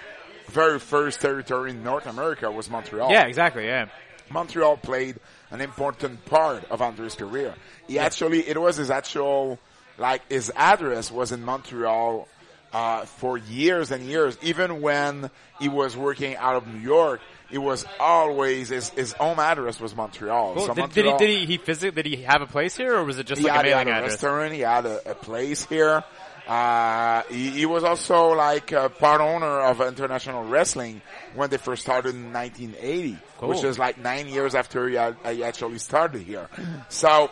S5: very first territory in North America was Montreal.
S4: Yeah, exactly, yeah.
S5: Montreal played an important part of Andre's career. He actually, it was his actual, like his address was in Montreal uh, for years and years. Even when he was working out of New York, it was always his, his home address was Montreal.
S4: Cool.
S5: So
S4: Did, did he
S5: Montreal-
S4: did he, he physi- did he have a place here or was it just
S5: he
S4: like a
S5: had, he had
S4: mailing
S5: a
S4: address?
S5: restaurant. He had a, a place here. Uh, he, he was also like a part owner of international wrestling when they first started in 1980, which
S4: Cool.
S5: is like nine years after he, had, he actually started here. So,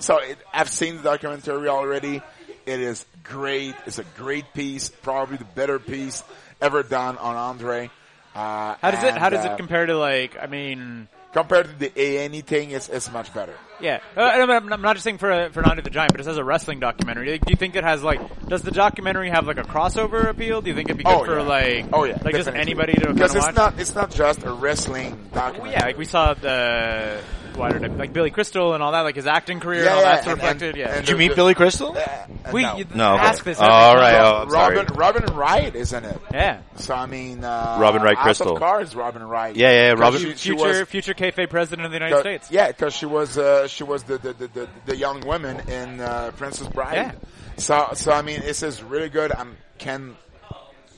S5: so it, I've seen the documentary already. It is great. It's a great piece, probably the better piece ever done on Andre. Uh,
S4: How does it?
S5: and,
S4: How does
S5: uh,
S4: it compare to like? I mean,
S5: compared to the A E thing? It's, it's much better.
S4: yeah. Uh, and I'm, I'm not just saying for uh, for Andre the Giant, but it has a wrestling documentary. Like, do you think it has like? Does the documentary have like a crossover appeal? Do you think it'd be good for like?
S5: oh yeah,
S4: like just
S5: definitely.
S4: anybody to kind
S5: because
S4: of
S5: it's
S4: watch?
S5: not it's not just a wrestling documentary.
S4: yeah, like we saw the why did I, like Billy Crystal and all that, like his acting career
S5: Yeah,
S4: and all
S5: yeah,
S4: that's
S5: and-
S4: reflected.
S5: and-
S4: yeah,
S5: and-
S3: Did you meet Billy Crystal?
S5: Uh,
S4: we
S5: no.
S4: you-
S3: No, okay.
S4: ask this.
S3: All right,
S4: Yeah.
S3: oh, I'm sorry.
S5: Robin Robin Wright, isn't it?
S4: yeah.
S5: So I mean, uh,
S3: Robin Wright
S5: House
S3: Crystal.
S5: of Cards, Robin Wright.
S3: Yeah, yeah, yeah,
S5: 'Cause
S3: Robin-
S5: She, she
S4: Future
S5: was,
S4: future kayfabe president of the United
S5: the-
S4: States.
S5: yeah, because she was uh, she was the the, the, the the young woman in uh, Princess Bride.
S4: Yeah.
S5: So so I mean, this is really good. I'm can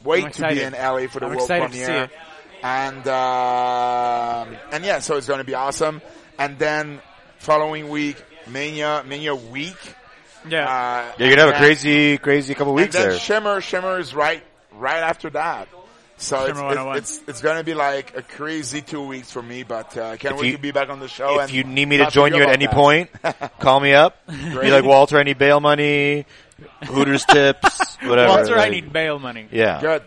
S5: wait
S4: I'm
S5: to be
S4: excited.
S5: in LA for the
S4: I'm
S5: world
S4: excited to see
S5: premiere.
S4: it.
S5: And um and yeah, so it's going to be awesome. And then following week, Mania Mania week.
S4: yeah.
S5: Uh,
S3: Yeah, you're gonna have a
S5: and-
S3: crazy, crazy couple weeks
S5: and then
S3: there.
S5: Shimmer, Shimmer is right, right after that. So it's,
S4: Shimmer
S5: it's,
S4: 101.
S5: it's, it's going to be like a crazy two weeks for me, but uh, I can't
S3: If
S5: wait
S3: you-
S5: to be back on the show.
S3: if
S5: and
S3: you need me to
S5: talk
S3: join you at
S5: about
S3: any
S5: that. [LAUGHS]
S3: point, call me up. Be
S5: Great.
S3: like Walter, I need bail money, Hooters
S5: [LAUGHS]
S3: tips, whatever.
S4: Walter, I
S3: like,
S4: need bail money.
S3: Yeah,
S5: Good.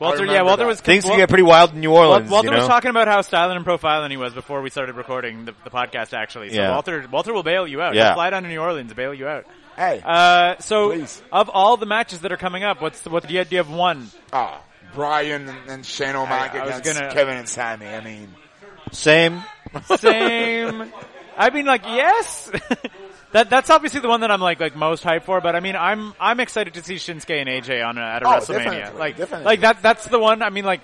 S4: Walter,
S5: I
S4: yeah,
S5: remember
S4: Walter
S5: that.
S4: was
S3: things
S4: Wal-
S3: can get pretty wild in New
S4: Wal-
S3: Orleans.
S4: Walter
S3: you know?
S4: was talking about how styling and profiling he was before we started recording the, the podcast. Actually, so
S3: Yeah.
S4: Walter, Walter will bail you out.
S3: Yeah.
S4: He'll fly down to New Orleans, bail you out.
S5: Hey.
S4: Uh, so,
S5: Please.
S4: of all the matches that are coming up, what's the, what do you, do you have one?
S5: Ah, Brian and, and Shane O'Mac
S4: I- I was
S5: against
S4: gonna-
S5: Kevin and Sammy. I mean,
S3: Same.
S4: Same. I mean, like, yes. [LAUGHS] that that's obviously the one that I'm like like most hyped for. But I mean, I'm I'm excited to see Shinsuke and AJ on a, at a
S5: Oh,
S4: WrestleMania.
S5: definitely,
S4: like
S5: definitely.
S4: like that that's the one. I mean, like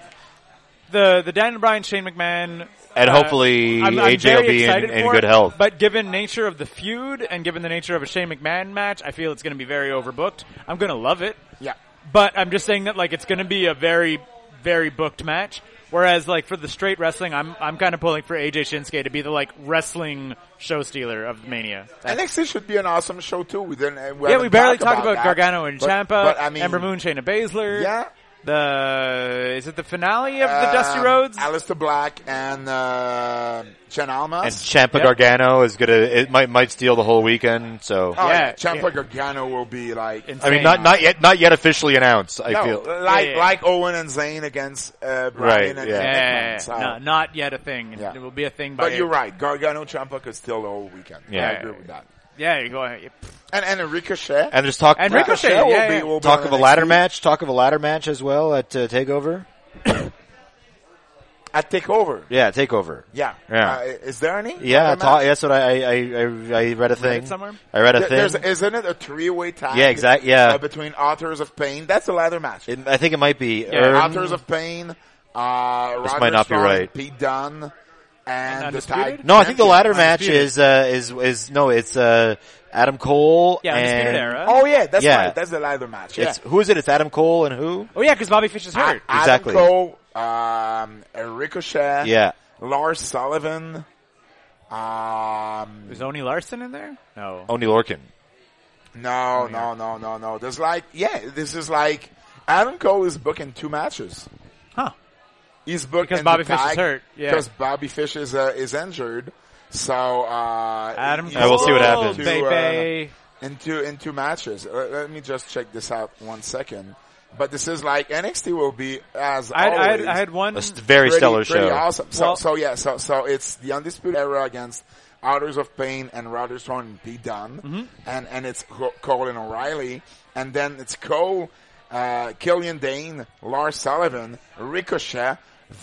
S4: the the Daniel Bryan Shane McMahon.
S3: And
S4: uh,
S3: hopefully
S4: I'm- I'm
S3: AJ will
S4: very
S3: be in-
S4: excited
S3: in
S4: for
S3: good
S4: it,
S3: health.
S4: But given nature of the feud and given the nature of a Shane McMahon match, I feel it's going to be very overbooked. I'm going to love it.
S5: yeah.
S4: But I'm just saying that like it's going to be a very, very booked match. Whereas like for the straight wrestling, I'm I'm kind of pulling for AJ Shinsuke to be the like wrestling show stealer of Mania.
S5: NXT should be an awesome show too. We didn't. uh, We
S4: yeah,
S5: haven't
S4: we barely
S5: talked
S4: talked about,
S5: that.
S4: Gargano and
S5: But-
S4: Champa,
S5: but I mean,
S4: Ember Moon, Shayna Baszler.
S5: Yeah.
S4: The is it the finale of the Dusty
S5: um,
S4: Roads?
S5: Alistair Black, and uh, Chen Almas.
S3: And Champa
S4: Yeah.
S3: Gargano is gonna it might might steal the whole weekend. So
S5: Oh,
S4: Yeah,
S5: Ciampa
S4: yeah.
S5: Gargano will be like
S4: Insane.
S3: I mean, not not yet not yet officially announced. I
S5: no,
S4: uh,
S3: feel
S5: like
S4: Yeah, yeah.
S5: like Owen and Zayn against uh,
S3: Right,
S5: Brian and
S3: yeah.
S5: Nick
S4: Yeah,
S5: Mann,
S4: yeah,
S5: so-
S4: no, not yet a thing.
S5: Yeah.
S4: It will be a thing by
S5: But you're right, Gargano Ciampa could still the whole weekend.
S3: Yeah.
S5: I agree with that.
S4: Yeah, you're going.
S5: And and a Ricochet.
S3: and there's talk
S4: And Ricochet,
S5: will
S4: yeah,
S5: be-
S4: yeah.
S5: will be
S3: talk
S5: on
S3: of a
S5: NXT.
S3: ladder match, talk of a ladder match as well at uh, Takeover.
S5: at Takeover.
S3: Yeah, Takeover.
S5: Yeah,
S3: Yeah.
S5: Uh, is there any?
S3: Yeah,
S5: other
S3: ta-
S5: match?
S3: that's what I I, I I read a thing
S4: somewhere?
S3: I read a
S5: There-
S3: thing.
S5: There's, isn't it a three-way tag?
S3: Yeah, exact- yeah.
S5: uh, between Authors of Pain. That's a ladder match.
S3: It- I think it might be
S4: Yeah,
S3: Earn-
S5: Authors of Pain. Uh,
S3: This
S5: Roderick
S3: might not be
S5: Strong,
S3: right.
S5: Pete Dunne and the
S4: Undisputed?
S5: tag.
S3: No, I think the
S5: champion.
S3: latter match
S4: Undisputed.
S3: is uh, is is no, it's uh, Adam Cole
S4: Yeah,
S3: and
S4: Undisputed Era.
S5: Oh yeah, that's
S3: Yeah.
S5: right. That's the ladder match. Yeah.
S3: It's who is it? It's Adam Cole and who?
S4: Oh yeah, because Bobby Fish is hurt.
S5: Adam
S3: Exactly.
S5: Cole, um, Ricochet.
S3: Yeah.
S5: Lars Sullivan. Um,
S4: is Oni Larson in there? No.
S5: Oh.
S3: Oni Lorcan. Oh,
S5: no, no, no, no, no. There's like, yeah, this is like Adam Cole is booking two matches.
S4: Huh.
S5: He's booking
S4: Because Bobby
S5: the
S4: Fish is
S5: tag
S4: hurt, yeah.
S5: because Bobby Fish is uh, is injured. So uh,
S4: Adam Cole.
S3: Yeah, we'll see what happens.
S5: To,
S4: Baby.
S5: in two in two matches. Uh, let me just check this out one second. But this is like NXT will be as
S4: I, I, had,
S5: always,
S4: I had one.
S3: A s- very
S5: pretty,
S3: stellar
S5: pretty
S3: show.
S5: awesome. So
S4: Well-
S5: so yeah. So so it's the undisputed era against Outers of Pain and Roger Strong and Pete Dunne,
S4: Mm-hmm.
S5: and and it's Co- Cole and O'Reilly, and then it's Cole, uh, Killian Dane, Lars Sullivan, Ricochet,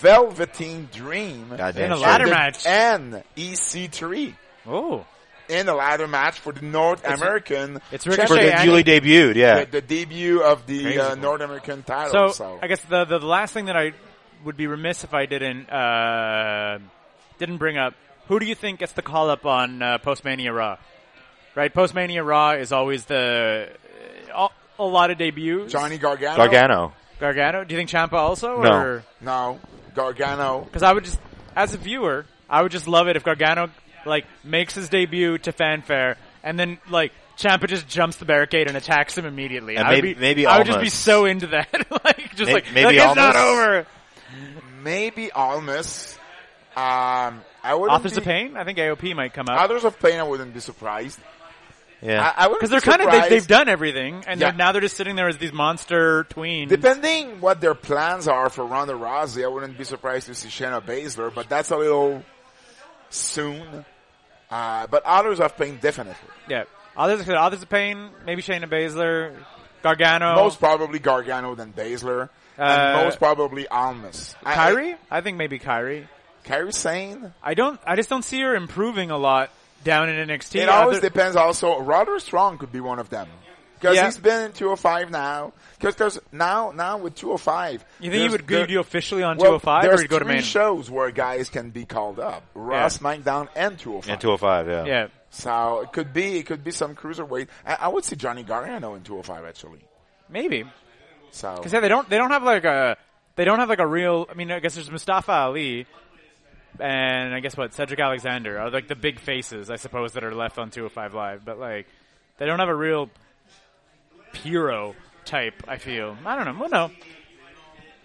S5: Velveteen Dream,
S3: Goddamn
S4: In a
S3: straight.
S4: ladder
S5: and-
S4: match.
S5: and EC3
S4: Oh,
S5: in a ladder match for the North American.
S4: it's Ricochet
S3: For the
S4: and-
S3: newly debuted, yeah.
S5: the, the debut of the uh,
S4: Crazy.
S5: North American title.
S4: so,
S5: So,
S4: I guess the, the last thing that I would be remiss if I didn't uh, didn't bring up. Who do you think gets the call up on uh, Postmania Raw? Right, Postmania Raw is always the uh, a lot of debuts.
S5: Johnny Gargano.
S3: Gargano.
S4: Gargano. Do you think Champa also?
S3: No.
S4: Or
S5: No, Gargano.
S4: Because I would just, as a viewer, I would just love it if Gargano like makes his debut to fanfare, and then like Champa just jumps the barricade and attacks him immediately.
S3: And
S4: I would
S3: maybe-
S4: be,
S3: maybe
S4: I would just be
S3: Almas.
S4: so into that, [LAUGHS] like just
S3: May-
S4: like
S3: maybe
S4: like, it's not
S3: Almas?
S4: over.
S5: Maybe Almas. Um, I would.
S4: Authors of Pain. I think AOP might come up.
S5: Authors of Pain. I wouldn't be surprised.
S3: Yeah.
S5: I, I would
S4: Because they're kind of they, they've
S5: done.
S4: done everything, and
S5: Yeah.
S4: they're, now they're just sitting there as these monster tweens.
S5: Depending what their plans are for Ronda Rousey, I wouldn't be surprised to see Shayna Baszler, but that's a little soon. Uh, but others have been definitely.
S4: yeah, others, others of pain. Maybe Shayna Baszler, Gargano,
S5: Most probably Gargano than Baszler, and
S4: Oh. Uh,
S5: most probably Almas. I-
S4: Kyrie. I, think maybe Kyrie.
S5: I, Kyrie Sane.
S4: I don't. I just don't see her improving a lot down in NXT.
S5: It always
S4: Other-
S5: depends also. Roderick Strong could be one of them. Because
S4: Yeah.
S5: he's been in 205 now. Because now, now with 205.
S4: you think you
S5: there's-
S4: would
S5: there-
S4: go you officially on
S5: well,
S4: 205 or
S5: there's
S4: you'd go to
S5: three
S4: main?
S5: shows where guys can be called up. Raw,
S4: Yeah.
S5: SmackDown, and 205.
S3: and 205, yeah.
S4: Yeah.
S5: So it could be, it could be some cruiserweight. I, I would see Johnny Gargano in 205 actually.
S4: Maybe
S5: So
S4: because they don't they don't have like a they don't have like a real. I mean, I guess there's Mustafa Ali, and I guess what Cedric Alexander are like the big faces, I suppose, that are left on 205 Live. But like, they don't have a real hero type. I feel I don't know. Well, no.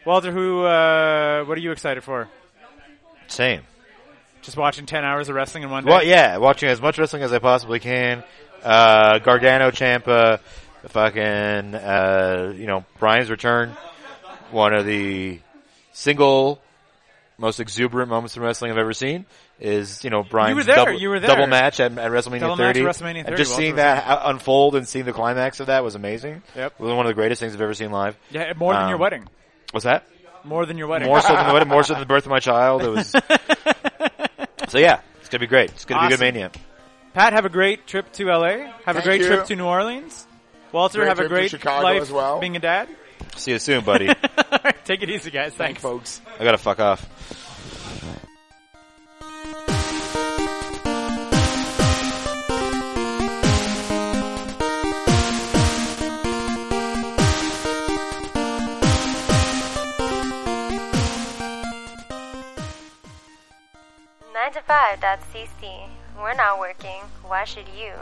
S4: Walter, who? Uh, what are you excited for?
S3: Same.
S4: Just watching 10 hours of wrestling in one day.
S3: Well, yeah, watching as much wrestling as I possibly can. Uh, Gargano, Champa, fucking, uh, you know, Brian's return. One of the single most exuberant moments in wrestling I've ever seen is, you know, Brian's
S4: You were there,
S3: double,
S4: you were there.
S3: double match at, at WrestleMania
S4: Double match
S3: 30.
S4: WrestleMania
S3: And
S4: 30,
S3: just
S4: well,
S3: seeing
S4: for
S3: that uh, unfold and seeing the climax of that was amazing.
S4: Yep.
S3: It was one of the greatest things I've ever seen live.
S4: Yeah, more than
S3: Um,
S4: your wedding.
S3: What's that?
S4: More than your wedding.
S3: More so than the wedding, more so than the birth of my child. It
S4: [LAUGHS]
S3: was. so yeah, it's gonna be great. It's gonna be a good
S4: Awesome.
S3: mania.
S4: Pat, have a great trip to LA. Have a
S5: Thank
S4: great
S5: you.
S4: trip to New Orleans. Walter,
S5: Great
S4: have a
S5: trip to
S4: great
S5: Chicago
S4: life
S5: as well.
S4: being a dad.
S3: See you soon, buddy.
S4: [LAUGHS]
S3: I
S4: Take it easy, guys. Thanks.
S5: folks.
S3: gotta fuck off.
S1: Nine to 5.cc. We're not working. Why should you?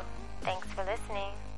S1: Thanks for listening.